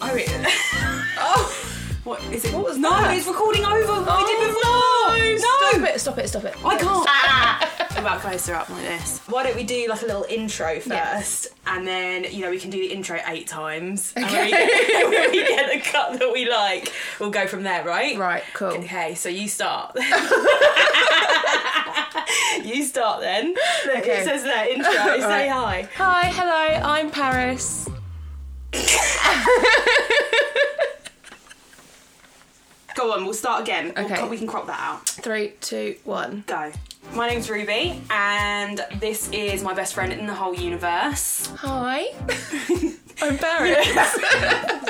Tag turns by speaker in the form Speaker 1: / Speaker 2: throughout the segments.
Speaker 1: Oh, it,
Speaker 2: Oh. What Oh, is it?
Speaker 1: what was
Speaker 2: no,
Speaker 1: that?
Speaker 2: it's recording over what we did before.
Speaker 1: no, no! Stop it! Stop it! Stop it!
Speaker 2: I can't. Come back closer up like this. Ah. Why don't we do like a little intro first, and then you know we can do the intro eight times, and when we get, when we get the cut that we like, we'll go from there, right?
Speaker 1: Right, cool.
Speaker 2: Okay, so you start. you start then. Look,
Speaker 1: Okay.
Speaker 2: It says there intro. Say hi.
Speaker 1: Alright. Hi, hello. I'm Paris.
Speaker 2: Go on. We'll start again. We'll
Speaker 1: Okay.
Speaker 2: co- we can crop that out.
Speaker 1: Three, two, one.
Speaker 2: Go. My name's Ruby, and this is my best friend in the whole universe.
Speaker 1: Hi. I'm Paris.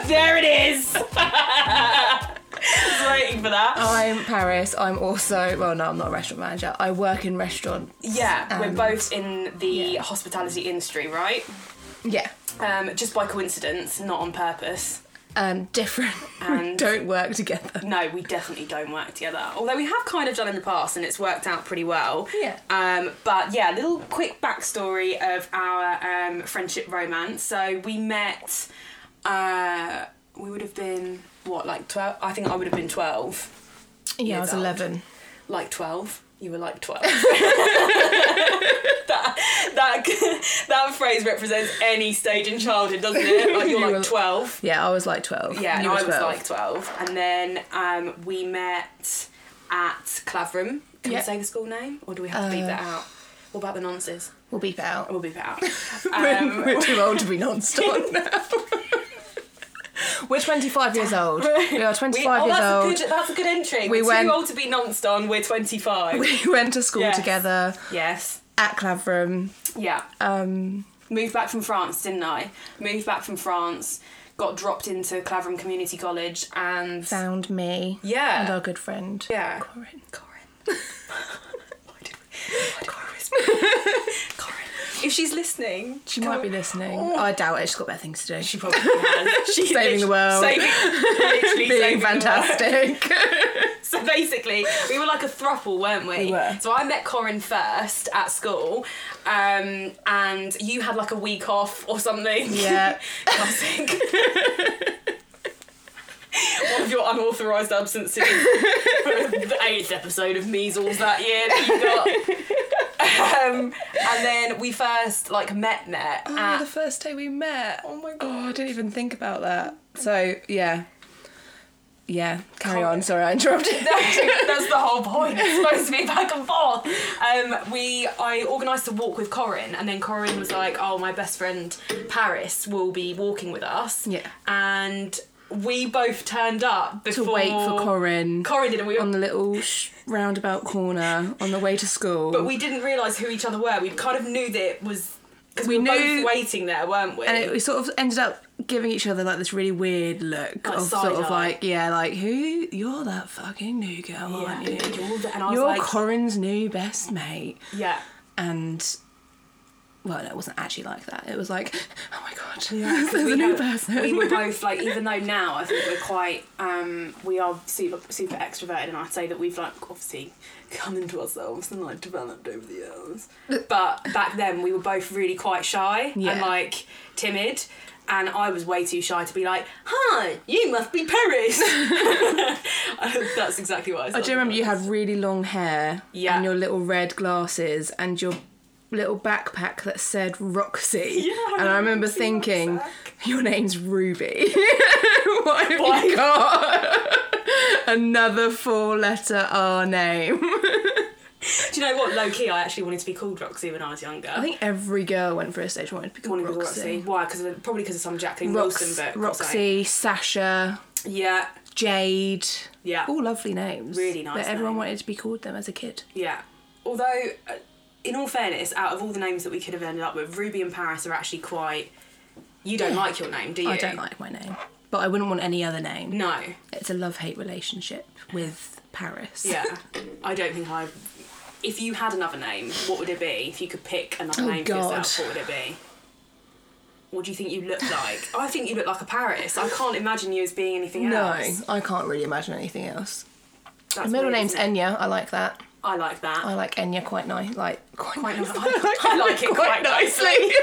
Speaker 2: There it is. I was waiting for that.
Speaker 1: I'm Paris. I'm also well. No, I'm not a restaurant manager. I work in restaurant.
Speaker 2: yeah,
Speaker 1: and-
Speaker 2: we're both in the
Speaker 1: yeah.
Speaker 2: hospitality industry, right?
Speaker 1: Yeah.
Speaker 2: Um, just by coincidence, not on purpose.
Speaker 1: Um, different. we
Speaker 2: And-
Speaker 1: don't work together.
Speaker 2: No, we definitely don't work together. Although we have kind of done in the past, and it's worked out pretty well.
Speaker 1: Yeah.
Speaker 2: Um, but yeah, little quick backstory of our um, friendship romance. So we met. Uh, we would have been what, like twelve? I think I would have been twelve.
Speaker 1: Yeah, I
Speaker 2: Years
Speaker 1: was
Speaker 2: old.
Speaker 1: 11.
Speaker 2: like 12 you were like 12 that, that that phrase represents any stage in childhood doesn't it like you're
Speaker 1: You were-
Speaker 2: like 12
Speaker 1: Yeah, I was like 12.
Speaker 2: yeah and
Speaker 1: you
Speaker 2: i
Speaker 1: were
Speaker 2: was
Speaker 1: 12.
Speaker 2: like 12 and then um, we met at clavering can
Speaker 1: Yeah. Uh.
Speaker 2: we say the school name or do we have to beep that out what about the nonces
Speaker 1: We'll beep it out.
Speaker 2: we'll beep it out
Speaker 1: We're-
Speaker 2: um,
Speaker 1: we're too old to be non-stop now. we're 25 years old. We are 25
Speaker 2: we, oh,
Speaker 1: years
Speaker 2: that's,
Speaker 1: old.
Speaker 2: A good, that's a good entry
Speaker 1: We
Speaker 2: we're
Speaker 1: went-
Speaker 2: too old to be nonced on we're 25
Speaker 1: We went to school
Speaker 2: Yes.
Speaker 1: together
Speaker 2: yes
Speaker 1: at Clavering.
Speaker 2: yeah
Speaker 1: Um,
Speaker 2: moved back from France, didn't I? Moved back from France, got dropped into Clavering Community College, and
Speaker 1: found me.
Speaker 2: Yeah.
Speaker 1: And our good friend.
Speaker 2: yeah,
Speaker 1: Corin.
Speaker 2: Corin. Why did we- why did we whisper? Corin. If she's listening,
Speaker 1: She might be listening. I doubt it. She's got better things to do. Oh. She's
Speaker 2: probably has. She's
Speaker 1: Saving the world.
Speaker 2: Saving, literally saving
Speaker 1: being
Speaker 2: the world.
Speaker 1: fantastic.
Speaker 2: So basically, we were like a thruple, weren't we?
Speaker 1: We were.
Speaker 2: So I met Corin first at school, um, and you had like a week off or something.
Speaker 1: yeah.
Speaker 2: Classic. One of your unauthorised absences for the eighth episode of measles that year that you got. Um, and then we first like met met
Speaker 1: Oh, the
Speaker 2: at
Speaker 1: first day we met. Oh my god. Oh, I didn't even think about that. So, yeah. Yeah. Carry on. Sorry, I interrupted.
Speaker 2: that's the whole point. It's supposed to be back and forth. Um, we I organised a walk with Corin, and then Corin was like, "Oh, my best friend Paris will be walking with us."
Speaker 1: Yeah.
Speaker 2: And we both turned up before
Speaker 1: to wait for Corin.
Speaker 2: Corin did, and we were
Speaker 1: on the little sh- roundabout corner on the way to school.
Speaker 2: But we didn't realise who each other were. We kind of knew that it was because we,
Speaker 1: We
Speaker 2: were
Speaker 1: knew-
Speaker 2: both waiting there, weren't we?
Speaker 1: and it, we sort of ended up giving each other like this really weird look
Speaker 2: Like
Speaker 1: of
Speaker 2: side
Speaker 1: sort of
Speaker 2: eye.
Speaker 1: like yeah, like who you're that fucking new girl,
Speaker 2: yeah.
Speaker 1: aren't you?
Speaker 2: and you're the- and I was
Speaker 1: You're
Speaker 2: like,
Speaker 1: Corin's new best mate,
Speaker 2: yeah.
Speaker 1: and well, no, it wasn't actually like that. It was like, oh my god,
Speaker 2: Yeah, 'cause
Speaker 1: there's
Speaker 2: we
Speaker 1: a new
Speaker 2: know-
Speaker 1: person.
Speaker 2: We were both like, even though now I think we're quite, um, we are super super extroverted, and I'd say that we've like obviously come into ourselves and like developed over the years. But back then we were both really quite shy and
Speaker 1: Yeah.
Speaker 2: like timid. And I was way too shy to be like, "Hi, you must be Paris." That's exactly what I.
Speaker 1: I do remember you had really long hair
Speaker 2: Yeah.
Speaker 1: and your little red glasses and your little backpack that said Roxy.
Speaker 2: Yeah, I
Speaker 1: and I
Speaker 2: remember
Speaker 1: remember
Speaker 2: seeing
Speaker 1: thinking,
Speaker 2: rucksack.
Speaker 1: your name's Ruby. Why have
Speaker 2: Why?
Speaker 1: you got another four letter R name?
Speaker 2: Do you know what? Low key, I actually wanted to be called Roxy when I was younger.
Speaker 1: I think every girl went for a stage wanted to be called
Speaker 2: wanted to be called
Speaker 1: Roxy.
Speaker 2: Why? Because probably because of some Jacqueline Wilson book.
Speaker 1: Rox-
Speaker 2: or something.
Speaker 1: Roxy, Sasha,
Speaker 2: Yeah,
Speaker 1: Jade.
Speaker 2: yeah,
Speaker 1: All lovely names.
Speaker 2: Really nice
Speaker 1: But everyone
Speaker 2: names.
Speaker 1: wanted to be called them as a kid.
Speaker 2: yeah. Although, uh, in all fairness, out of all the names that we could have ended up with, Ruby and Paris are actually quite. You don't
Speaker 1: Yeah.
Speaker 2: like your name, do you?
Speaker 1: I don't like my name. But I wouldn't want any other name.
Speaker 2: No.
Speaker 1: It's a love hate relationship with Paris.
Speaker 2: Yeah. I don't think I. If you had another name, what would it be? If you could pick another
Speaker 1: Oh,
Speaker 2: name for yourself,
Speaker 1: God.
Speaker 2: what would it be? What do you think you look like? I think you look like a Paris. I can't imagine you as being anything
Speaker 1: No,
Speaker 2: else.
Speaker 1: I can't really imagine anything else.
Speaker 2: That's
Speaker 1: Middle
Speaker 2: weird,
Speaker 1: name's
Speaker 2: isn't it?
Speaker 1: Enya. I like that.
Speaker 2: I like that.
Speaker 1: I like Enya quite nice. Like quite,
Speaker 2: Quite
Speaker 1: nice.
Speaker 2: nice. I like it quite
Speaker 1: nicely.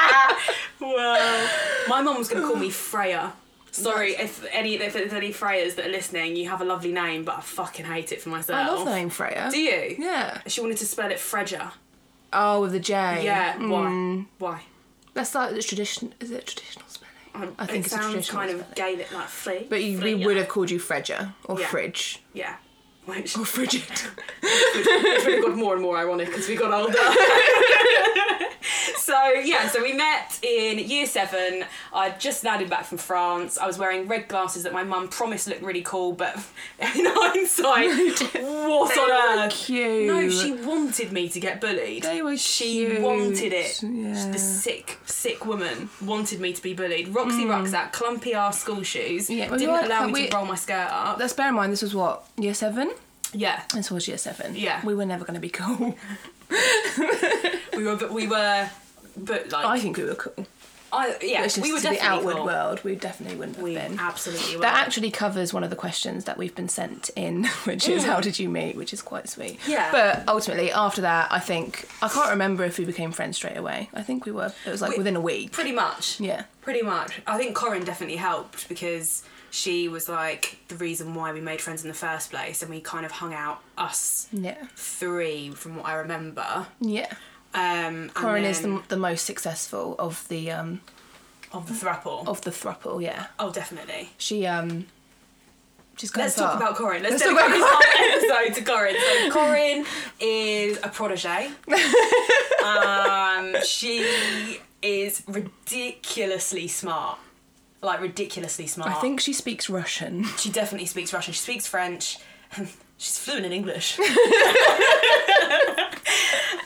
Speaker 2: Well, my mum was going to call me Freya. Sorry if any if there's any Freyas that are listening, you have a lovely name, but I fucking hate it for myself.
Speaker 1: I love the name Freya.
Speaker 2: Do you?
Speaker 1: Yeah.
Speaker 2: She wanted to spell it Freja.
Speaker 1: Oh, with the J.
Speaker 2: Yeah.
Speaker 1: Mm.
Speaker 2: Why? Why?
Speaker 1: That's like the tradition. Is it traditional spelling?
Speaker 2: Um,
Speaker 1: I think
Speaker 2: it
Speaker 1: it's a
Speaker 2: sounds
Speaker 1: traditional
Speaker 2: kind of
Speaker 1: spelling.
Speaker 2: Gaelic, like Frey.
Speaker 1: But you, we
Speaker 2: Freya.
Speaker 1: would have called you Fredger or
Speaker 2: Yeah.
Speaker 1: Fridge
Speaker 2: Yeah. Which
Speaker 1: or Frigid.
Speaker 2: really got more and more ironic as we got older. so yeah, so we met in year seven. I'd just landed back from France. I was wearing red glasses that my mum promised looked really cool, but in hindsight, what on earth?
Speaker 1: Cute.
Speaker 2: No, she wanted me to get bullied.
Speaker 1: They were
Speaker 2: she
Speaker 1: cute.
Speaker 2: wanted it.
Speaker 1: Yeah.
Speaker 2: The sick, sick woman wanted me to be bullied. Roxy rucksack, clumpy ass school shoes.
Speaker 1: Mm. Yeah, well,
Speaker 2: didn't
Speaker 1: you're-
Speaker 2: allow me
Speaker 1: we-
Speaker 2: to roll my skirt up.
Speaker 1: Let's bear in mind this was what year seven.
Speaker 2: Yeah.
Speaker 1: This was year seven.
Speaker 2: Yeah.
Speaker 1: We were never going to be cool.
Speaker 2: We were but we were but like
Speaker 1: I think we were cool.
Speaker 2: I yeah,
Speaker 1: It's just
Speaker 2: we were
Speaker 1: to the
Speaker 2: definitely
Speaker 1: outward
Speaker 2: cool.
Speaker 1: world, we definitely wouldn't have
Speaker 2: We
Speaker 1: been.
Speaker 2: absolutely were.
Speaker 1: That actually covers one of the questions that we've been sent in, which is how did you meet, which is quite sweet.
Speaker 2: Mm. Yeah.
Speaker 1: But ultimately, after that, I think I can't remember if we became friends straight away. I think we were. It was like
Speaker 2: We-
Speaker 1: within a week.
Speaker 2: pretty much.
Speaker 1: Yeah.
Speaker 2: Pretty much. I think Corin definitely helped because she was like the reason why we made friends in the first place and we kind of hung out us
Speaker 1: Yeah.
Speaker 2: three from what I remember.
Speaker 1: Yeah.
Speaker 2: Um
Speaker 1: Corin
Speaker 2: and
Speaker 1: is
Speaker 2: then
Speaker 1: the, the most successful of the um
Speaker 2: of the thruple.
Speaker 1: of the thruple. Yeah.
Speaker 2: Oh definitely.
Speaker 1: She um. She's gone
Speaker 2: Let's
Speaker 1: far.
Speaker 2: talk about Corin. Let's,
Speaker 1: Let's
Speaker 2: talk
Speaker 1: talk
Speaker 2: about this whole episode to Corin. So Corin is a protege. um, she is ridiculously smart. Like ridiculously smart.
Speaker 1: I think she speaks Russian.
Speaker 2: she definitely speaks Russian. She speaks French. Um, She's fluent in English.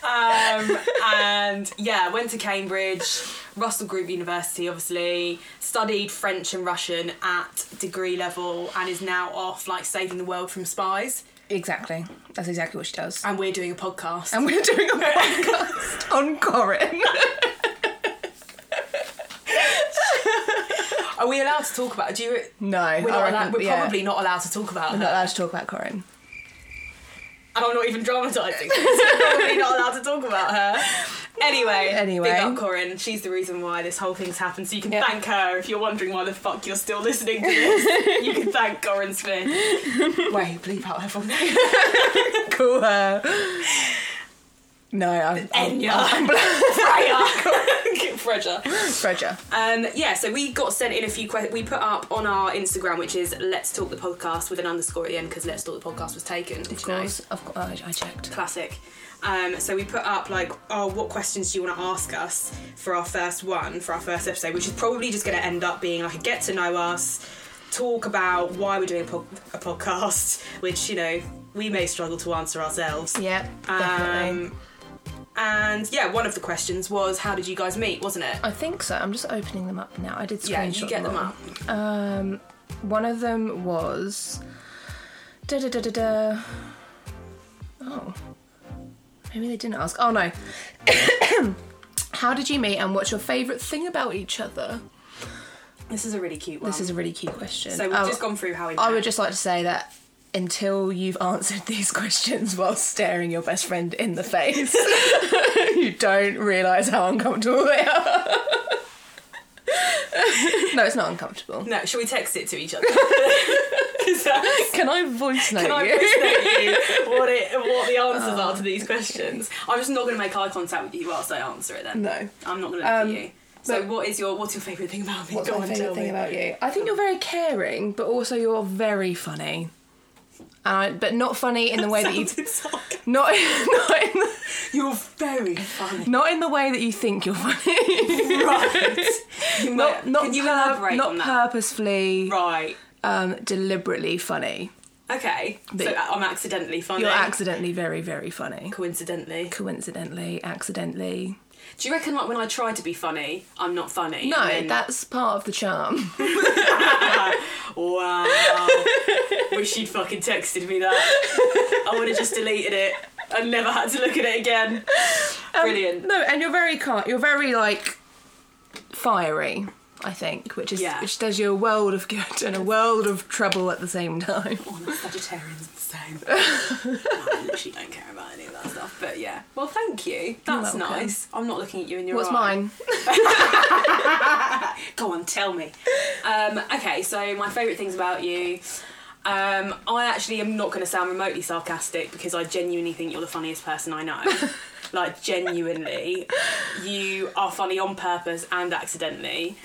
Speaker 2: um, and yeah, went to Cambridge, Russell Group University, obviously, studied French and Russian at degree level, and is now off like saving the world from spies.
Speaker 1: Exactly. That's exactly what she does.
Speaker 2: And we're doing a podcast.
Speaker 1: And we're doing a podcast on Corin.
Speaker 2: Are we allowed to talk about? Do you?
Speaker 1: No,
Speaker 2: We're,
Speaker 1: I
Speaker 2: not
Speaker 1: reckon-
Speaker 2: allowed, we're
Speaker 1: yeah.
Speaker 2: probably not allowed to talk about
Speaker 1: I'm
Speaker 2: her.
Speaker 1: not allowed to talk about Corin.
Speaker 2: and I'm not even dramatising. so probably not allowed to talk about her. Anyway,
Speaker 1: Anyway.
Speaker 2: big up Corin. She's the reason why this whole thing's happened. So you can
Speaker 1: Yeah.
Speaker 2: thank her if you're wondering why the fuck you're still listening to this. you can thank Corin Smith. Wait, bleep out her full name.
Speaker 1: Cool. uh, no, I, I,
Speaker 2: Enya. Freya. Freja.
Speaker 1: Roger.
Speaker 2: Um, yeah, so we got sent in a few questions. We put up on our Instagram, which is Let's Talk the Podcast with an underscore at the end because Let's Talk the Podcast was taken.
Speaker 1: Of course, of course. I, I checked.
Speaker 2: classic. Um, so we put up like, oh, what questions do you want to ask us for our first one, for our first episode, which is probably just going to end up being like a get to know us, talk about why we're doing a, po- a podcast, which you know we may struggle to answer ourselves.
Speaker 1: Yeah, definitely.
Speaker 2: Um, and yeah, one of the questions was, how did you guys meet, wasn't it?
Speaker 1: I think so. I'm just opening them up now. I did screenshot
Speaker 2: Yeah, you get them
Speaker 1: all.
Speaker 2: up.
Speaker 1: Um, one of them was. Da da da da da. Oh, maybe they didn't ask. Oh no. How did you meet, and what's your favourite thing about each other?
Speaker 2: This is a really cute one.
Speaker 1: This is a really key question.
Speaker 2: so we've
Speaker 1: Oh,
Speaker 2: just gone through how we met.
Speaker 1: I would just like to say that until you've answered these questions while staring your best friend in the face, you don't realise how uncomfortable they are. no, it's not uncomfortable.
Speaker 2: no, shall we text it to each other? Is that-
Speaker 1: Can I voice note
Speaker 2: Can I
Speaker 1: you? Oh.
Speaker 2: appreciate you what it what the answers are to these questions? I'm just not going to make eye contact with you whilst I answer it. Then
Speaker 1: No.
Speaker 2: I'm not going to look
Speaker 1: Um,
Speaker 2: at you. So
Speaker 1: but-
Speaker 2: what is your what's your favourite thing about me?
Speaker 1: What's
Speaker 2: Go
Speaker 1: my
Speaker 2: on,
Speaker 1: favourite
Speaker 2: tell
Speaker 1: thing
Speaker 2: me.
Speaker 1: about you? I think you're very caring, but also you're very funny. Uh, but not funny in the way that you
Speaker 2: Sounded sarcastic.
Speaker 1: not not in the,
Speaker 2: You're very funny.
Speaker 1: not in the way that you think you're funny.
Speaker 2: right. You
Speaker 1: not
Speaker 2: might-
Speaker 1: not
Speaker 2: Can you
Speaker 1: pur-
Speaker 2: elaborate
Speaker 1: not
Speaker 2: on that?
Speaker 1: purposefully
Speaker 2: Right.
Speaker 1: um, deliberately funny.
Speaker 2: Okay. so uh,
Speaker 1: But-
Speaker 2: I'm accidentally funny.
Speaker 1: You're accidentally very, very funny.
Speaker 2: Coincidentally.
Speaker 1: Coincidentally, accidentally.
Speaker 2: Do you reckon like when I try to be funny, I'm not funny?
Speaker 1: No,
Speaker 2: and then-
Speaker 1: that's part of the charm.
Speaker 2: Wow. Wish you'd fucking texted me that. I would have just deleted it and never had to look at it again.
Speaker 1: Um,
Speaker 2: Brilliant.
Speaker 1: No, and you're very car- you're very like fiery. I think, which is
Speaker 2: Yeah.
Speaker 1: which does you a world of good and a world of trouble at the same time.
Speaker 2: Honest Sagittarians are the same. I literally don't care about any of that stuff. But yeah. Well, thank you. That's
Speaker 1: welcome.
Speaker 2: nice. I'm not looking at you in your
Speaker 1: What's
Speaker 2: eye.
Speaker 1: mine?
Speaker 2: Go on, tell me. Um, okay, so my favourite things about you. Um, I actually am not going to sound remotely sarcastic because I genuinely think you're the funniest person I know. like, genuinely. You are funny on purpose and accidentally.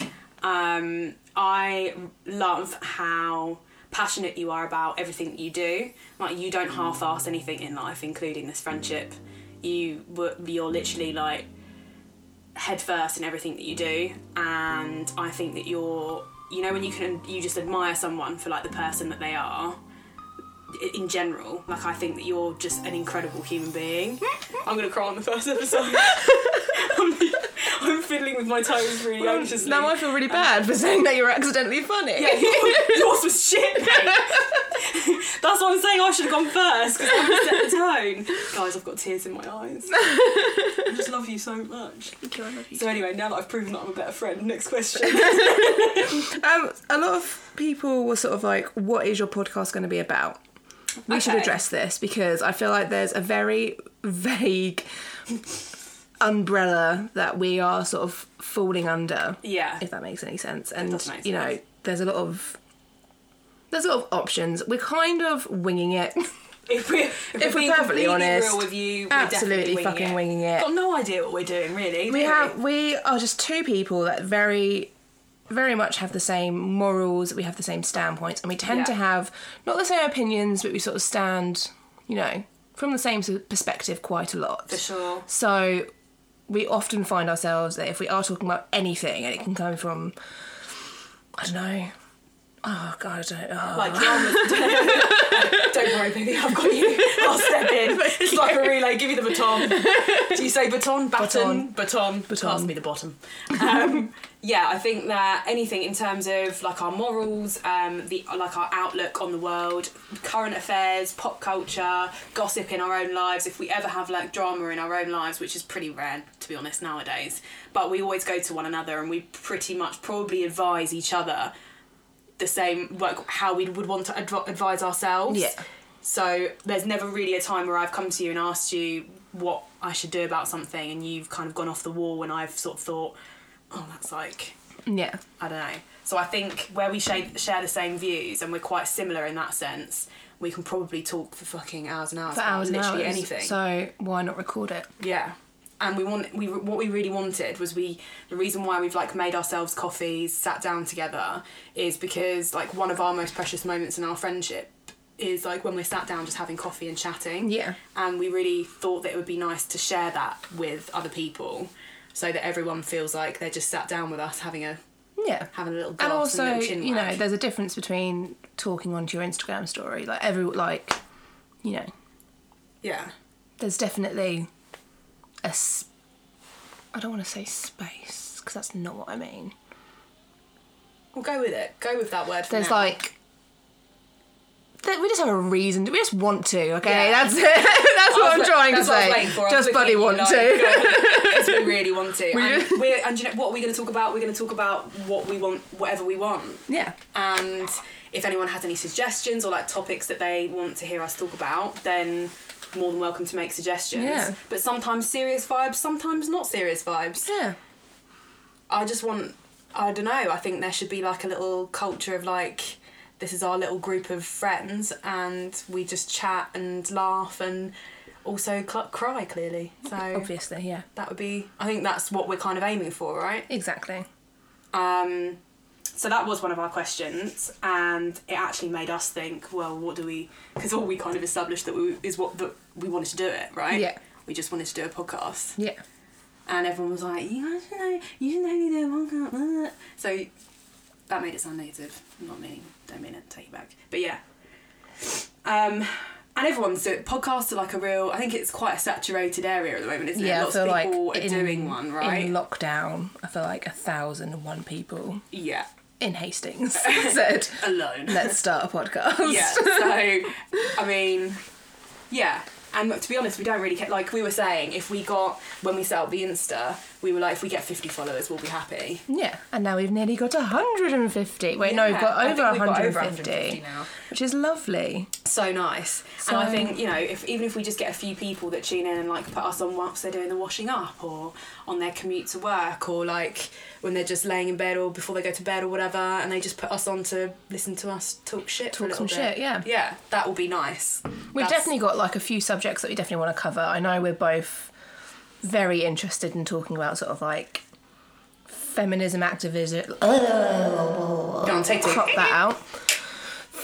Speaker 2: Um, I love how passionate you are about everything that you do. Like, you don't half ass anything in life, including this friendship. You were, you're literally like head first in everything that you do and i think that you're you know when you can you just admire someone for like the person that they are i- in general like i think that you're just an incredible human being i'm gonna cry on the first episode I'm, I'm fiddling with my toes really anxiously
Speaker 1: Now I feel really bad for saying that you're accidentally funny.
Speaker 2: yeah, yours, yours was shit. mate. That's what I'm saying. I should have gone first because I set the tone. Guys, I've got tears in my eyes. I just love you so much. So anyway, now that I've proven that I'm a better friend, next question.
Speaker 1: Um, a lot of people were sort of like, "What is your podcast going to be about?" We should
Speaker 2: Okay.
Speaker 1: address this because I feel like there's a very vague umbrella that we are sort of falling under.
Speaker 2: yeah.
Speaker 1: if that makes any sense. And
Speaker 2: does make
Speaker 1: you know,
Speaker 2: sense.
Speaker 1: there's a lot of there's a lot of options. We're kind of winging it.
Speaker 2: If we're,
Speaker 1: if we're
Speaker 2: being
Speaker 1: perfectly
Speaker 2: completely
Speaker 1: honest,
Speaker 2: real with you, we're
Speaker 1: absolutely
Speaker 2: definitely
Speaker 1: fucking winging
Speaker 2: I've
Speaker 1: it.
Speaker 2: got no idea what we're doing really.
Speaker 1: We
Speaker 2: do
Speaker 1: have we are just two people that very very much have the same morals, we have the same standpoints, and we tend
Speaker 2: Yeah.
Speaker 1: to have not the same opinions, but we sort of stand, you know, from the same s- perspective quite a lot.
Speaker 2: for sure.
Speaker 1: So we often find ourselves that if we are talking about anything, and it can come from, I don't know, oh god, I don't know.
Speaker 2: Like dramas. Don't worry, baby, I've got you. I'll step in. It's like a relay. Give you the baton. Do you say baton? Baton. Baton.
Speaker 1: Baton.
Speaker 2: Pass me the bottom. Um, yeah, I think that anything in terms of like our morals, um, the like our outlook on the world, current affairs, pop culture, gossip in our own lives. If we ever have like drama in our own lives, which is pretty rare to be honest nowadays, but we always go to one another and we pretty much probably advise each other the same like how we would want to adv- advise ourselves.
Speaker 1: Yeah.
Speaker 2: So there's never really a time where I've come to you and asked you what I should do about something, and you've kind of gone off the wall, and I've sort of thought, oh, that's like
Speaker 1: yeah,
Speaker 2: I don't know. So I think where we share, share the same views and we're quite similar in that sense, we can probably talk for fucking hours and hours
Speaker 1: for
Speaker 2: about
Speaker 1: hours and
Speaker 2: literally
Speaker 1: hours.
Speaker 2: anything.
Speaker 1: So why not record it?
Speaker 2: Yeah. And we want we what we really wanted was we the reason why we've like made ourselves coffees, sat down together, is because like one of our most precious moments in our friendship is like when we're sat down just having coffee and chatting.
Speaker 1: Yeah.
Speaker 2: And we really thought that it would be nice to share that with other people, so that everyone feels like they're just sat down with us having a
Speaker 1: Yeah.
Speaker 2: having a little glass
Speaker 1: And also,
Speaker 2: a little chin
Speaker 1: you know,
Speaker 2: wag.
Speaker 1: there's a difference between talking onto your Instagram story, like every like, you know,
Speaker 2: yeah.
Speaker 1: there's definitely a. S- I don't want to say space because that's not what I mean.
Speaker 2: We'll go with it. Go with that word. For
Speaker 1: There's
Speaker 2: now.
Speaker 1: like that we just have a reason. We just want to. Okay,
Speaker 2: Yeah.
Speaker 1: that's it. that's
Speaker 2: I
Speaker 1: what I'm
Speaker 2: was
Speaker 1: trying
Speaker 2: like- that's
Speaker 1: to
Speaker 2: what I was
Speaker 1: say.
Speaker 2: waiting for. I was looking at
Speaker 1: Just bloody
Speaker 2: you
Speaker 1: want
Speaker 2: like,
Speaker 1: to.
Speaker 2: Yes, we really want to.
Speaker 1: just-
Speaker 2: and, we're, and do you know what we're going to talk about? We're going to talk about what we want, whatever we want.
Speaker 1: Yeah.
Speaker 2: And if anyone has any suggestions or like topics that they want to hear us talk about, then more than welcome to make suggestions.
Speaker 1: Yeah.
Speaker 2: But sometimes serious vibes, sometimes not serious vibes.
Speaker 1: Yeah.
Speaker 2: I just want, I don't know, I think there should be like a little culture of like, this is our little group of friends and we just chat and laugh and also cl- cry clearly. So
Speaker 1: Obviously. Yeah.
Speaker 2: that would be i think that's what we're kind of aiming for right
Speaker 1: Exactly.
Speaker 2: um so that was one of our questions and it actually made us think well what do we because all we kind of established that we is what that we wanted to do it right
Speaker 1: Yeah.
Speaker 2: we just wanted to do a podcast
Speaker 1: Yeah.
Speaker 2: and everyone was like you guys should know you should only do one podcast blah." so that made it sound negative I'm not meaning don't mean it take it back but yeah um and everyone's doing podcasts are like a real I think it's quite a saturated area at the moment isn't
Speaker 1: Yeah.
Speaker 2: it
Speaker 1: I
Speaker 2: lots
Speaker 1: feel
Speaker 2: of
Speaker 1: like
Speaker 2: people are
Speaker 1: in,
Speaker 2: doing one right
Speaker 1: in lockdown, I feel like a thousand and one people
Speaker 2: yeah
Speaker 1: in Hastings said,
Speaker 2: alone
Speaker 1: "Let's start a podcast."
Speaker 2: yeah so i mean yeah And to be honest, we don't really care. Like we were saying, if we got when we set up the Insta, we were like, if we get fifty followers, we'll be happy.
Speaker 1: Yeah, and now we've nearly got 150. Wait, no,
Speaker 2: Yeah,
Speaker 1: we've got
Speaker 2: I
Speaker 1: over
Speaker 2: think we've got
Speaker 1: 150,
Speaker 2: over 150 now.
Speaker 1: which is lovely.
Speaker 2: So nice. and I
Speaker 1: So-
Speaker 2: think you know, if even if we just get a few people that tune in and like put us on whilst they're doing the washing up, or on their commute to work, or like when they're just laying in bed or before they go to bed or whatever, and they just put us on to listen to us talk shit. for a
Speaker 1: Talk
Speaker 2: little
Speaker 1: some
Speaker 2: bit.
Speaker 1: shit, yeah.
Speaker 2: Yeah, that will be nice.
Speaker 1: We've
Speaker 2: That's-
Speaker 1: definitely got like a few subjects that we definitely want to cover. I know we're both very interested in talking about sort of like feminism, activism.
Speaker 2: Go on, take two.
Speaker 1: Pop that out.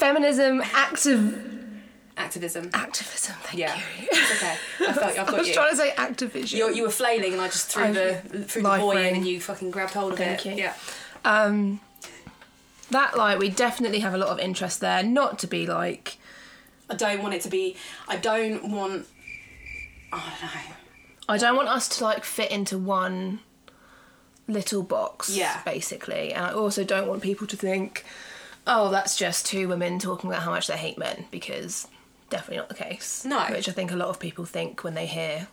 Speaker 1: Feminism, active
Speaker 2: Activism.
Speaker 1: activism. Thank
Speaker 2: Yeah.
Speaker 1: you.
Speaker 2: It's okay. I felt, I've
Speaker 1: I
Speaker 2: got
Speaker 1: was
Speaker 2: you.
Speaker 1: trying to say activision.
Speaker 2: You're, you were flailing, and I just threw
Speaker 1: I-
Speaker 2: the threw the
Speaker 1: life
Speaker 2: boy in,
Speaker 1: ring.
Speaker 2: and you fucking grabbed hold of
Speaker 1: Thank
Speaker 2: it.
Speaker 1: you.
Speaker 2: Yeah.
Speaker 1: um, that like we definitely have a lot of interest there. Not to be like
Speaker 2: I don't want it to be. I don't want. I don't know.
Speaker 1: I don't want us to like fit into one little box,
Speaker 2: Yeah.
Speaker 1: basically. And I also don't want people to think, oh, that's just two women talking about how much they hate men, because definitely not the case.
Speaker 2: No.
Speaker 1: which I think a lot of people think when they hear.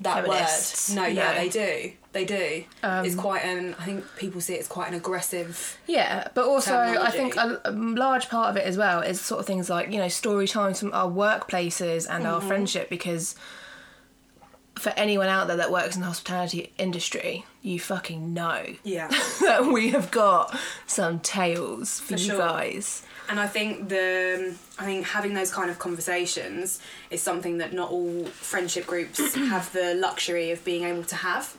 Speaker 2: that
Speaker 1: Feminists.
Speaker 2: word. No, yeah,
Speaker 1: No.
Speaker 2: they do. They do. it's quite an. I think people see it as quite an aggressive.
Speaker 1: Yeah, but also I
Speaker 2: Terminology.
Speaker 1: think a, a large part of it as well is sort of things like you know story times from our workplaces and
Speaker 2: Mm-hmm.
Speaker 1: our friendship because. For anyone out there that works in the hospitality industry, you fucking know
Speaker 2: Yeah.
Speaker 1: that we have got some tales for,
Speaker 2: For
Speaker 1: you
Speaker 2: sure.
Speaker 1: guys.
Speaker 2: and I think the. I think having those kind of conversations is something that not all friendship groups have the luxury of being able to have.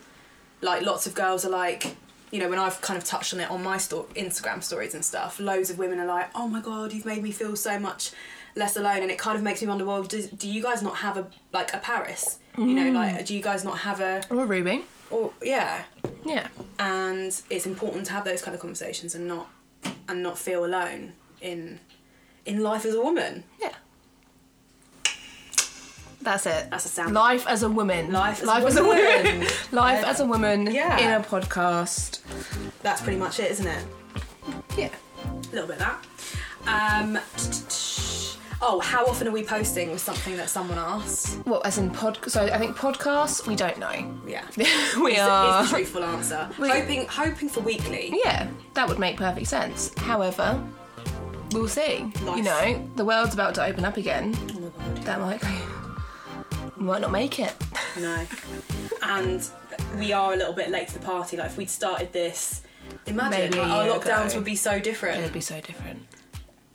Speaker 2: Like lots of girls are like. You know, when I've kind of touched on it on my sto- Instagram stories and stuff, loads of women are like, "Oh my god, you've made me feel so much less alone," and it kind of makes me wonder, well, do, do you guys not have a like a Paris? You know, like, do you guys not have a
Speaker 1: Or Ruby.
Speaker 2: or yeah?
Speaker 1: Yeah.
Speaker 2: and it's important to have those kind of conversations and not and not feel alone in in life as a woman.
Speaker 1: Yeah. That's it.
Speaker 2: That's a sound.
Speaker 1: Life as a woman.
Speaker 2: Life as a woman.
Speaker 1: Life as a woman
Speaker 2: Yeah.
Speaker 1: in a podcast.
Speaker 2: That's pretty
Speaker 1: Mm.
Speaker 2: much it, isn't it?
Speaker 1: Yeah.
Speaker 2: A little bit of that. Um, oh, how often are we posting? Was something that someone asked.
Speaker 1: Well, as in pod. So I think podcasts, we don't know.
Speaker 2: Yeah,
Speaker 1: we
Speaker 2: It's the-
Speaker 1: are.
Speaker 2: it's the truthful answer. hoping hoping for weekly.
Speaker 1: Yeah, that would make perfect sense. However, we'll see. You
Speaker 2: Life.
Speaker 1: know, the world's about to open up again.
Speaker 2: Oh my god.
Speaker 1: That might we might not make it.
Speaker 2: No. And we are a little bit late to the party. Like if we'd started this, imagine
Speaker 1: Maybe a
Speaker 2: like, our
Speaker 1: year
Speaker 2: lockdowns
Speaker 1: ago.
Speaker 2: would be so different.
Speaker 1: It'd be so different.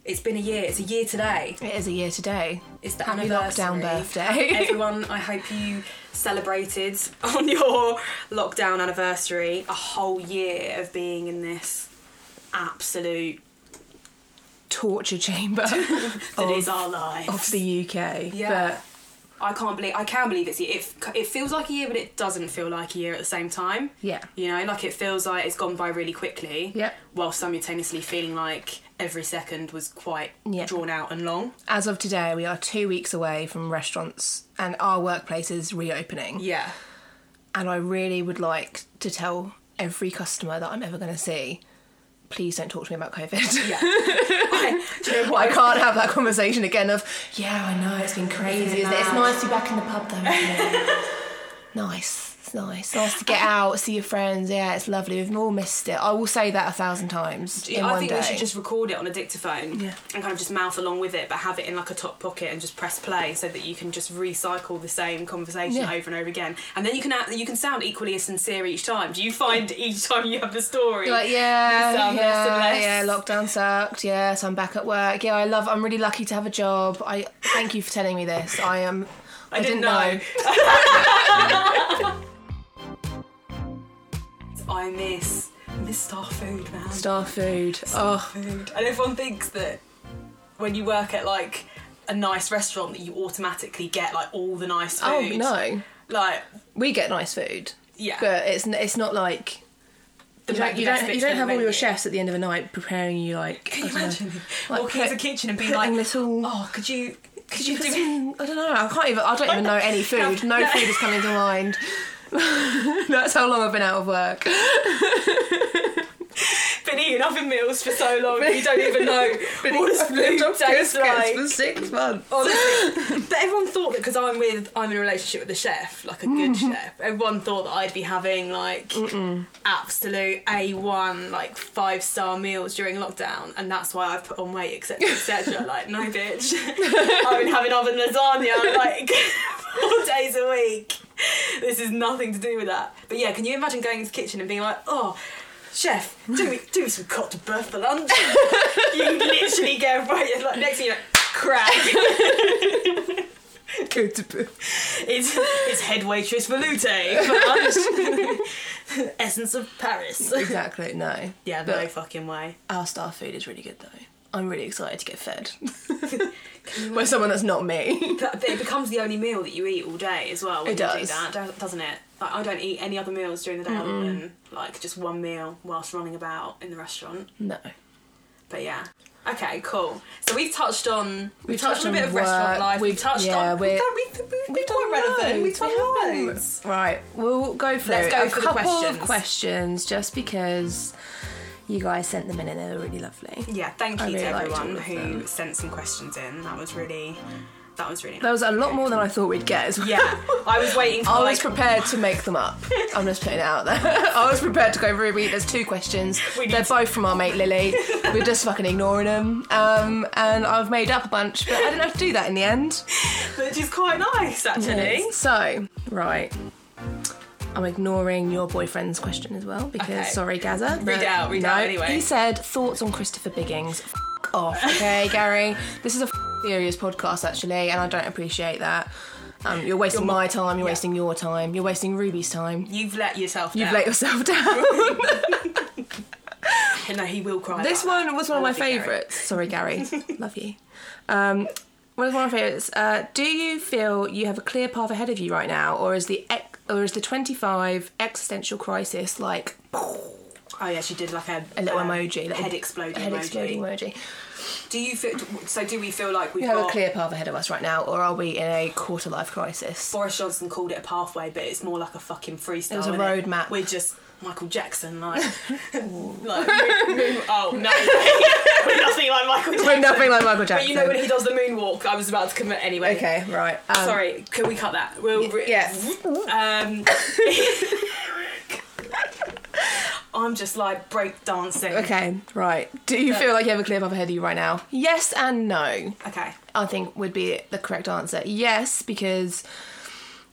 Speaker 2: It's been a year. It's a year today.
Speaker 1: It is a year today.
Speaker 2: It's the
Speaker 1: Happy
Speaker 2: anniversary.
Speaker 1: lockdown birthday.
Speaker 2: Everyone, I hope you celebrated on your lockdown anniversary a whole year of being in this absolute
Speaker 1: torture chamber
Speaker 2: that is
Speaker 1: of,
Speaker 2: our life.
Speaker 1: of the UK.
Speaker 2: yeah. I can't believe I can believe it's a year. It, it feels like a year, but it doesn't feel like a year at the same time.
Speaker 1: Yeah.
Speaker 2: You know, like it feels like it's gone by really quickly.
Speaker 1: Yeah.
Speaker 2: While simultaneously feeling like every second was quite
Speaker 1: Yeah.
Speaker 2: drawn out and long.
Speaker 1: But as of today, we are two weeks away from restaurants and our workplaces reopening.
Speaker 2: Yeah.
Speaker 1: And I really would like to tell every customer that I'm ever going to see, please don't talk to me about COVID.
Speaker 2: Yeah. I, do you know what?
Speaker 1: I can't have that conversation again of, yeah, I know, it's been crazy, isn't it? It's
Speaker 2: mad.
Speaker 1: nice to be back in the pub though. isn't it?" nice, it's nice. Nice to get out, see your friends. Yeah, it's lovely. We've all missed it. I will say that a thousand times in
Speaker 2: I
Speaker 1: one
Speaker 2: think
Speaker 1: day.
Speaker 2: we should just record it on a dictaphone
Speaker 1: Yeah.
Speaker 2: and kind of just mouth along with it, but have it in like a top pocket and just press play so that you can just recycle the same conversation
Speaker 1: Yeah.
Speaker 2: over and over again. And then you can act, you can sound equally as sincere each time. Do you find each time you have the story?
Speaker 1: You're like, yeah,
Speaker 2: You sound less and
Speaker 1: yeah,
Speaker 2: less.
Speaker 1: yeah, lockdown sucked. Yes, I'm back at work. Yeah, I love. I'm really lucky to have a job. I thank you for telling me this. I am. I,
Speaker 2: didn't
Speaker 1: didn't,
Speaker 2: know.
Speaker 1: know.
Speaker 2: I miss miss star food, man.
Speaker 1: Star food. Oh,
Speaker 2: food. And everyone thinks that when you work at like a nice restaurant that you automatically get like all the nice food.
Speaker 1: oh no.
Speaker 2: Like
Speaker 1: We get nice food,
Speaker 2: yeah.
Speaker 1: but it's n- it's not like
Speaker 2: The
Speaker 1: you
Speaker 2: ma-
Speaker 1: don't
Speaker 2: the
Speaker 1: you
Speaker 2: best
Speaker 1: don't, you
Speaker 2: bits
Speaker 1: don't
Speaker 2: on the
Speaker 1: have all your
Speaker 2: menu.
Speaker 1: chefs at the end of the night preparing you like.
Speaker 2: Can
Speaker 1: I
Speaker 2: you
Speaker 1: don't know,
Speaker 2: imagine
Speaker 1: like,
Speaker 2: walking
Speaker 1: put-
Speaker 2: into the kitchen and being like,
Speaker 1: putting little.
Speaker 2: "Oh, could you, could you
Speaker 1: you put
Speaker 2: do?"
Speaker 1: some- I don't know. I can't even. I don't even know any food. No,
Speaker 2: No.
Speaker 1: food is coming to mind. That's how long I've been out of work.
Speaker 2: been eating oven meals for so long, we don't even know what does food
Speaker 1: Chopped
Speaker 2: tastes
Speaker 1: biscuits
Speaker 2: like.
Speaker 1: for six months.
Speaker 2: Honestly, but everyone thought that because I'm with I'm in a relationship with a chef, like a good chef. Everyone thought that I'd be having like absolute A one like five star meals during lockdown, and that's why I've put on weight, etc. etc. like no, bitch, I've been having oven lasagna like four days a week. This is nothing to do with that. But yeah, can you imagine going into the kitchen and being like, oh. Chef, do me do me some cote de boeuf for lunch. you literally get right. it's Like next thing you're like, crack.
Speaker 1: Go to bed.
Speaker 2: It's, it's head waitress Valute for lunch. Essence of Paris.
Speaker 1: Exactly, no.
Speaker 2: Yeah,
Speaker 1: But-
Speaker 2: no fucking way.
Speaker 1: Our staff food is really good though. I'm really excited to get fed by someone that's not me.
Speaker 2: But it becomes the only meal that you eat all day as well. When
Speaker 1: It
Speaker 2: you do
Speaker 1: does.
Speaker 2: that, do- doesn't it? Like, I don't eat any other meals during the day other than like just one meal whilst running about in the restaurant.
Speaker 1: No.
Speaker 2: But yeah. Okay, cool. So we've touched on we've,
Speaker 1: We've
Speaker 2: touched,
Speaker 1: touched
Speaker 2: on a bit
Speaker 1: on
Speaker 2: of restaurant
Speaker 1: work,
Speaker 2: life. We've,
Speaker 1: we've-
Speaker 2: touched
Speaker 1: yeah,
Speaker 2: on
Speaker 1: we're-
Speaker 2: we've, done- we've, we've, we've, been
Speaker 1: done
Speaker 2: quite relevant. We've
Speaker 1: loads, we
Speaker 2: done
Speaker 1: have.
Speaker 2: loads.
Speaker 1: Right, we'll go through
Speaker 2: Let's go
Speaker 1: a
Speaker 2: for the
Speaker 1: couple of
Speaker 2: questions.
Speaker 1: questions just because you guys sent them in and they were really lovely.
Speaker 2: Yeah, thank you
Speaker 1: I really
Speaker 2: to
Speaker 1: liked
Speaker 2: everyone
Speaker 1: all of
Speaker 2: who
Speaker 1: them.
Speaker 2: sent some questions in. That was really, that was really.
Speaker 1: There
Speaker 2: Nice.
Speaker 1: was a lot more than I thought we'd get as well.
Speaker 2: Yeah, I was waiting for
Speaker 1: I
Speaker 2: like
Speaker 1: was prepared to make them up. I'm just putting it out there. I was prepared to go through. We, there's two questions.
Speaker 2: We
Speaker 1: They're
Speaker 2: need-
Speaker 1: both from our mate Lily. We're just fucking ignoring them. Um, and I've made up a bunch, but I didn't have to do that in the end.
Speaker 2: which is quite nice actually.
Speaker 1: So, right. I'm ignoring your boyfriend's question as well because,
Speaker 2: Okay.
Speaker 1: sorry, Gaza.
Speaker 2: Read
Speaker 1: but
Speaker 2: it out, read it
Speaker 1: no.
Speaker 2: out anyway.
Speaker 1: He said, thoughts on Christopher Biggins. F off, okay, Gary? This is a f- serious podcast, actually, and I don't appreciate that. Um, you're wasting my time, you're
Speaker 2: yeah.
Speaker 1: wasting your time, you're wasting Ruby's time.
Speaker 2: You've let yourself.
Speaker 1: You've
Speaker 2: down.
Speaker 1: let yourself down.
Speaker 2: No, he will cry.
Speaker 1: This
Speaker 2: about
Speaker 1: one was one of
Speaker 2: I love
Speaker 1: my
Speaker 2: you, Gary.
Speaker 1: favourites. Sorry, Gary. Love you. Um, one of my favourites. Uh, do you feel you have a clear path ahead of you right now, or is the ex- or is the twenty five existential crisis like
Speaker 2: that. Oh yeah, she did like a,
Speaker 1: a little
Speaker 2: um,
Speaker 1: emoji, like
Speaker 2: head exploding,
Speaker 1: a head
Speaker 2: emoji.
Speaker 1: exploding emoji?
Speaker 2: Do you feel? So do we feel like we've
Speaker 1: We have a
Speaker 2: got?
Speaker 1: clear path ahead of us right now, or are we in a quarter life crisis?
Speaker 2: Boris Johnson called it a pathway, but it's more like a fucking freestyle.
Speaker 1: It was a
Speaker 2: isn't it?
Speaker 1: roadmap.
Speaker 2: We're just Michael Jackson, like, like moon, moon, oh no, way. we're nothing like Michael Jackson.
Speaker 1: We're nothing like Michael
Speaker 2: But
Speaker 1: Jackson.
Speaker 2: you know when he does the moonwalk, I was about to commit anyway.
Speaker 1: okay, right. Um,
Speaker 2: Sorry, can we cut that? We'll re-
Speaker 1: Yes.
Speaker 2: Um, I'm just like break dancing.
Speaker 1: Okay, right. Do you feel like you have a clear path ahead of you right now? Yes and no.
Speaker 2: Okay.
Speaker 1: I think would be the correct answer. Yes, because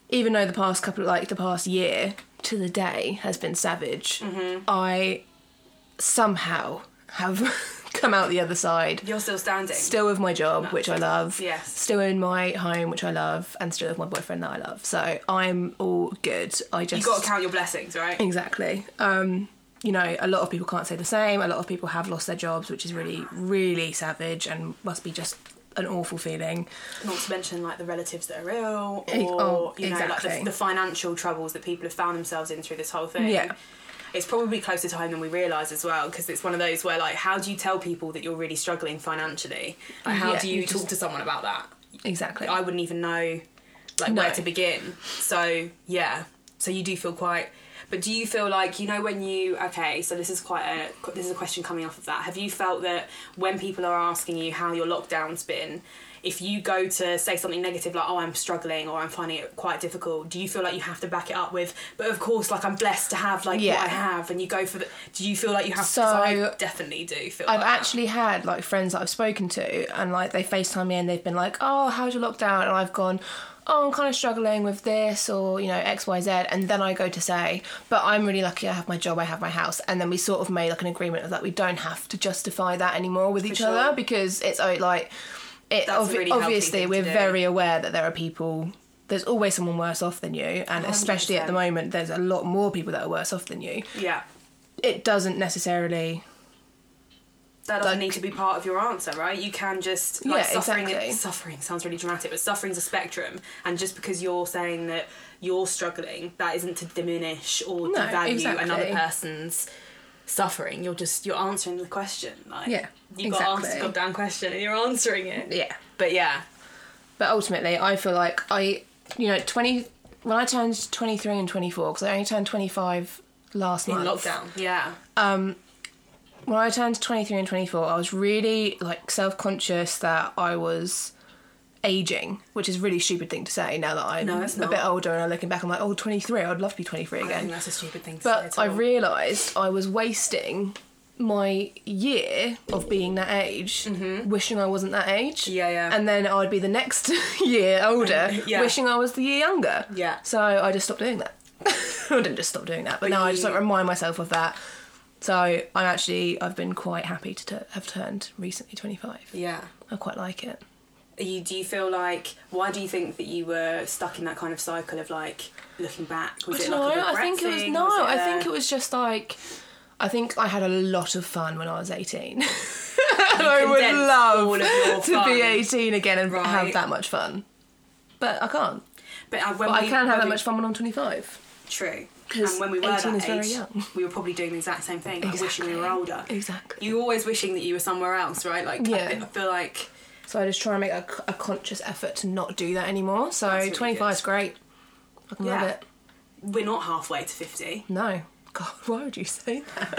Speaker 1: even though the past couple, like the past year to the day, has been savage,
Speaker 2: Mm-hmm.
Speaker 1: I somehow have come out the other side.
Speaker 2: You're still standing.
Speaker 1: Still with my job, which I love.
Speaker 2: Yes.
Speaker 1: Still in my home, which I love, and still with my boyfriend that I love. So I'm all good. I just
Speaker 2: You've got to count your blessings, right?
Speaker 1: Exactly. Um, you know, a lot of people can't say the same. A lot of people have lost their jobs, which is really, really savage and must be just an awful feeling.
Speaker 2: Not to mention like the relatives that are ill, or
Speaker 1: Eh, oh,
Speaker 2: you know, like
Speaker 1: exactly.
Speaker 2: the, the financial troubles that people have found themselves in through this whole thing.
Speaker 1: Yeah.
Speaker 2: It's probably closer to home than we realise as well, because it's one of those where like, how do you tell people that you're really struggling financially? Like, how
Speaker 1: Yeah,
Speaker 2: do you,
Speaker 1: you
Speaker 2: talk
Speaker 1: just-
Speaker 2: to someone about that?
Speaker 1: Exactly.
Speaker 2: I wouldn't even know like
Speaker 1: No.
Speaker 2: where to begin. So yeah, so you do feel quite. But do you feel like you know when you okay? So this is quite a this is a question coming off of that. Have you felt that when people are asking you how your lockdown's been, if you go to say something negative like oh I'm struggling or I'm finding it quite difficult, do you feel like you have to back it up with? But of course, like I'm blessed to have like
Speaker 1: Yeah.
Speaker 2: what I have, and you go for the. Do you feel like you have?
Speaker 1: So,
Speaker 2: So I definitely do feel.
Speaker 1: I've
Speaker 2: like that.
Speaker 1: actually had like friends that I've spoken to, and like they FaceTime me and they've been like, "Oh, how's your lockdown?" And I've gone, "Oh, I'm kind of struggling with this, or you know, X, Y, Z." And then I go to say, "But I'm really lucky. I have my job. I have my house." And then we sort of made like an agreement of that we don't have to justify that anymore with each
Speaker 2: sure.
Speaker 1: other because it's oh, like it
Speaker 2: That's a
Speaker 1: obvi-
Speaker 2: really healthy
Speaker 1: obviously
Speaker 2: thing to
Speaker 1: we're
Speaker 2: do.
Speaker 1: very aware that there are people. There's always someone worse off than you, and especially at the
Speaker 2: 100%.
Speaker 1: moment, there's a lot more people that are worse off than you.
Speaker 2: yeah.
Speaker 1: It doesn't necessarily
Speaker 2: that doesn't
Speaker 1: Like-
Speaker 2: need to be part of your answer, right? You can just like
Speaker 1: Yeah,
Speaker 2: suffering.
Speaker 1: exactly.
Speaker 2: Suffering sounds really dramatic, but suffering's a spectrum, and just because you're saying that you're struggling, that isn't to diminish or
Speaker 1: No,
Speaker 2: to value
Speaker 1: exactly.
Speaker 2: another person's suffering. You're just you're answering the question. Like,
Speaker 1: Yeah,
Speaker 2: you have got to answer
Speaker 1: exactly.
Speaker 2: the goddamn question, and you're answering it.
Speaker 1: yeah.
Speaker 2: But yeah,
Speaker 1: But ultimately, I feel like I, you know, 20, when I turned 23 and 24, because I only turned 25 last
Speaker 2: in
Speaker 1: month.
Speaker 2: lockdown. Yeah,
Speaker 1: when I turned 23 and 24, I was really like self conscious that I was aging, which is a really stupid thing to say now that I'm
Speaker 2: No, it's
Speaker 1: a
Speaker 2: not.
Speaker 1: bit older and I'm looking back, I'm like, oh, 23, I'd love to be 23
Speaker 2: I
Speaker 1: again.
Speaker 2: think that's a stupid thing to say.
Speaker 1: But
Speaker 2: at
Speaker 1: I
Speaker 2: all.
Speaker 1: realised I was wasting my year of being that age, wishing I wasn't that age.
Speaker 2: Mm-hmm. Yeah, yeah.
Speaker 1: And then I'd be the next year older,
Speaker 2: Yeah.
Speaker 1: wishing I was the year younger.
Speaker 2: Yeah.
Speaker 1: So I just stopped doing that. I didn't just stop doing that, but,
Speaker 2: But
Speaker 1: now I
Speaker 2: you-
Speaker 1: just don't remind myself of that. So I'm actually I've been quite happy to tu- have turned recently 25.
Speaker 2: yeah.
Speaker 1: I quite like it.
Speaker 2: Are you, do you feel like why do you think that you were stuck in that kind of cycle of like looking back? Was
Speaker 1: I
Speaker 2: it
Speaker 1: don't
Speaker 2: like a
Speaker 1: know. I
Speaker 2: regret
Speaker 1: think it was
Speaker 2: thing?
Speaker 1: no. I
Speaker 2: a-
Speaker 1: think it was just like I think I had a lot of fun when I was eighteen. and I would
Speaker 2: condensed all of your
Speaker 1: love to
Speaker 2: fun.
Speaker 1: be eighteen again and have
Speaker 2: Right.
Speaker 1: that much fun, but I can't.
Speaker 2: But, uh, when
Speaker 1: But I
Speaker 2: we-
Speaker 1: can have
Speaker 2: when
Speaker 1: that
Speaker 2: we-
Speaker 1: much fun when I'm twenty five.
Speaker 2: True.
Speaker 1: 'Cause
Speaker 2: And when we were
Speaker 1: 18
Speaker 2: that
Speaker 1: is very
Speaker 2: age,
Speaker 1: young.
Speaker 2: we were probably doing the exact same thing, like wishing we were
Speaker 1: Exactly.
Speaker 2: older.
Speaker 1: Exactly.
Speaker 2: You were always wishing that you were somewhere else, right? Like, I
Speaker 1: Yeah.
Speaker 2: thi- I, feel like
Speaker 1: So I just try and make a, a conscious effort to not do that anymore. So
Speaker 2: That's really
Speaker 1: twenty five is great. I can love
Speaker 2: Yeah.
Speaker 1: it.
Speaker 2: we're not halfway to 50.
Speaker 1: No, God, why would you say that?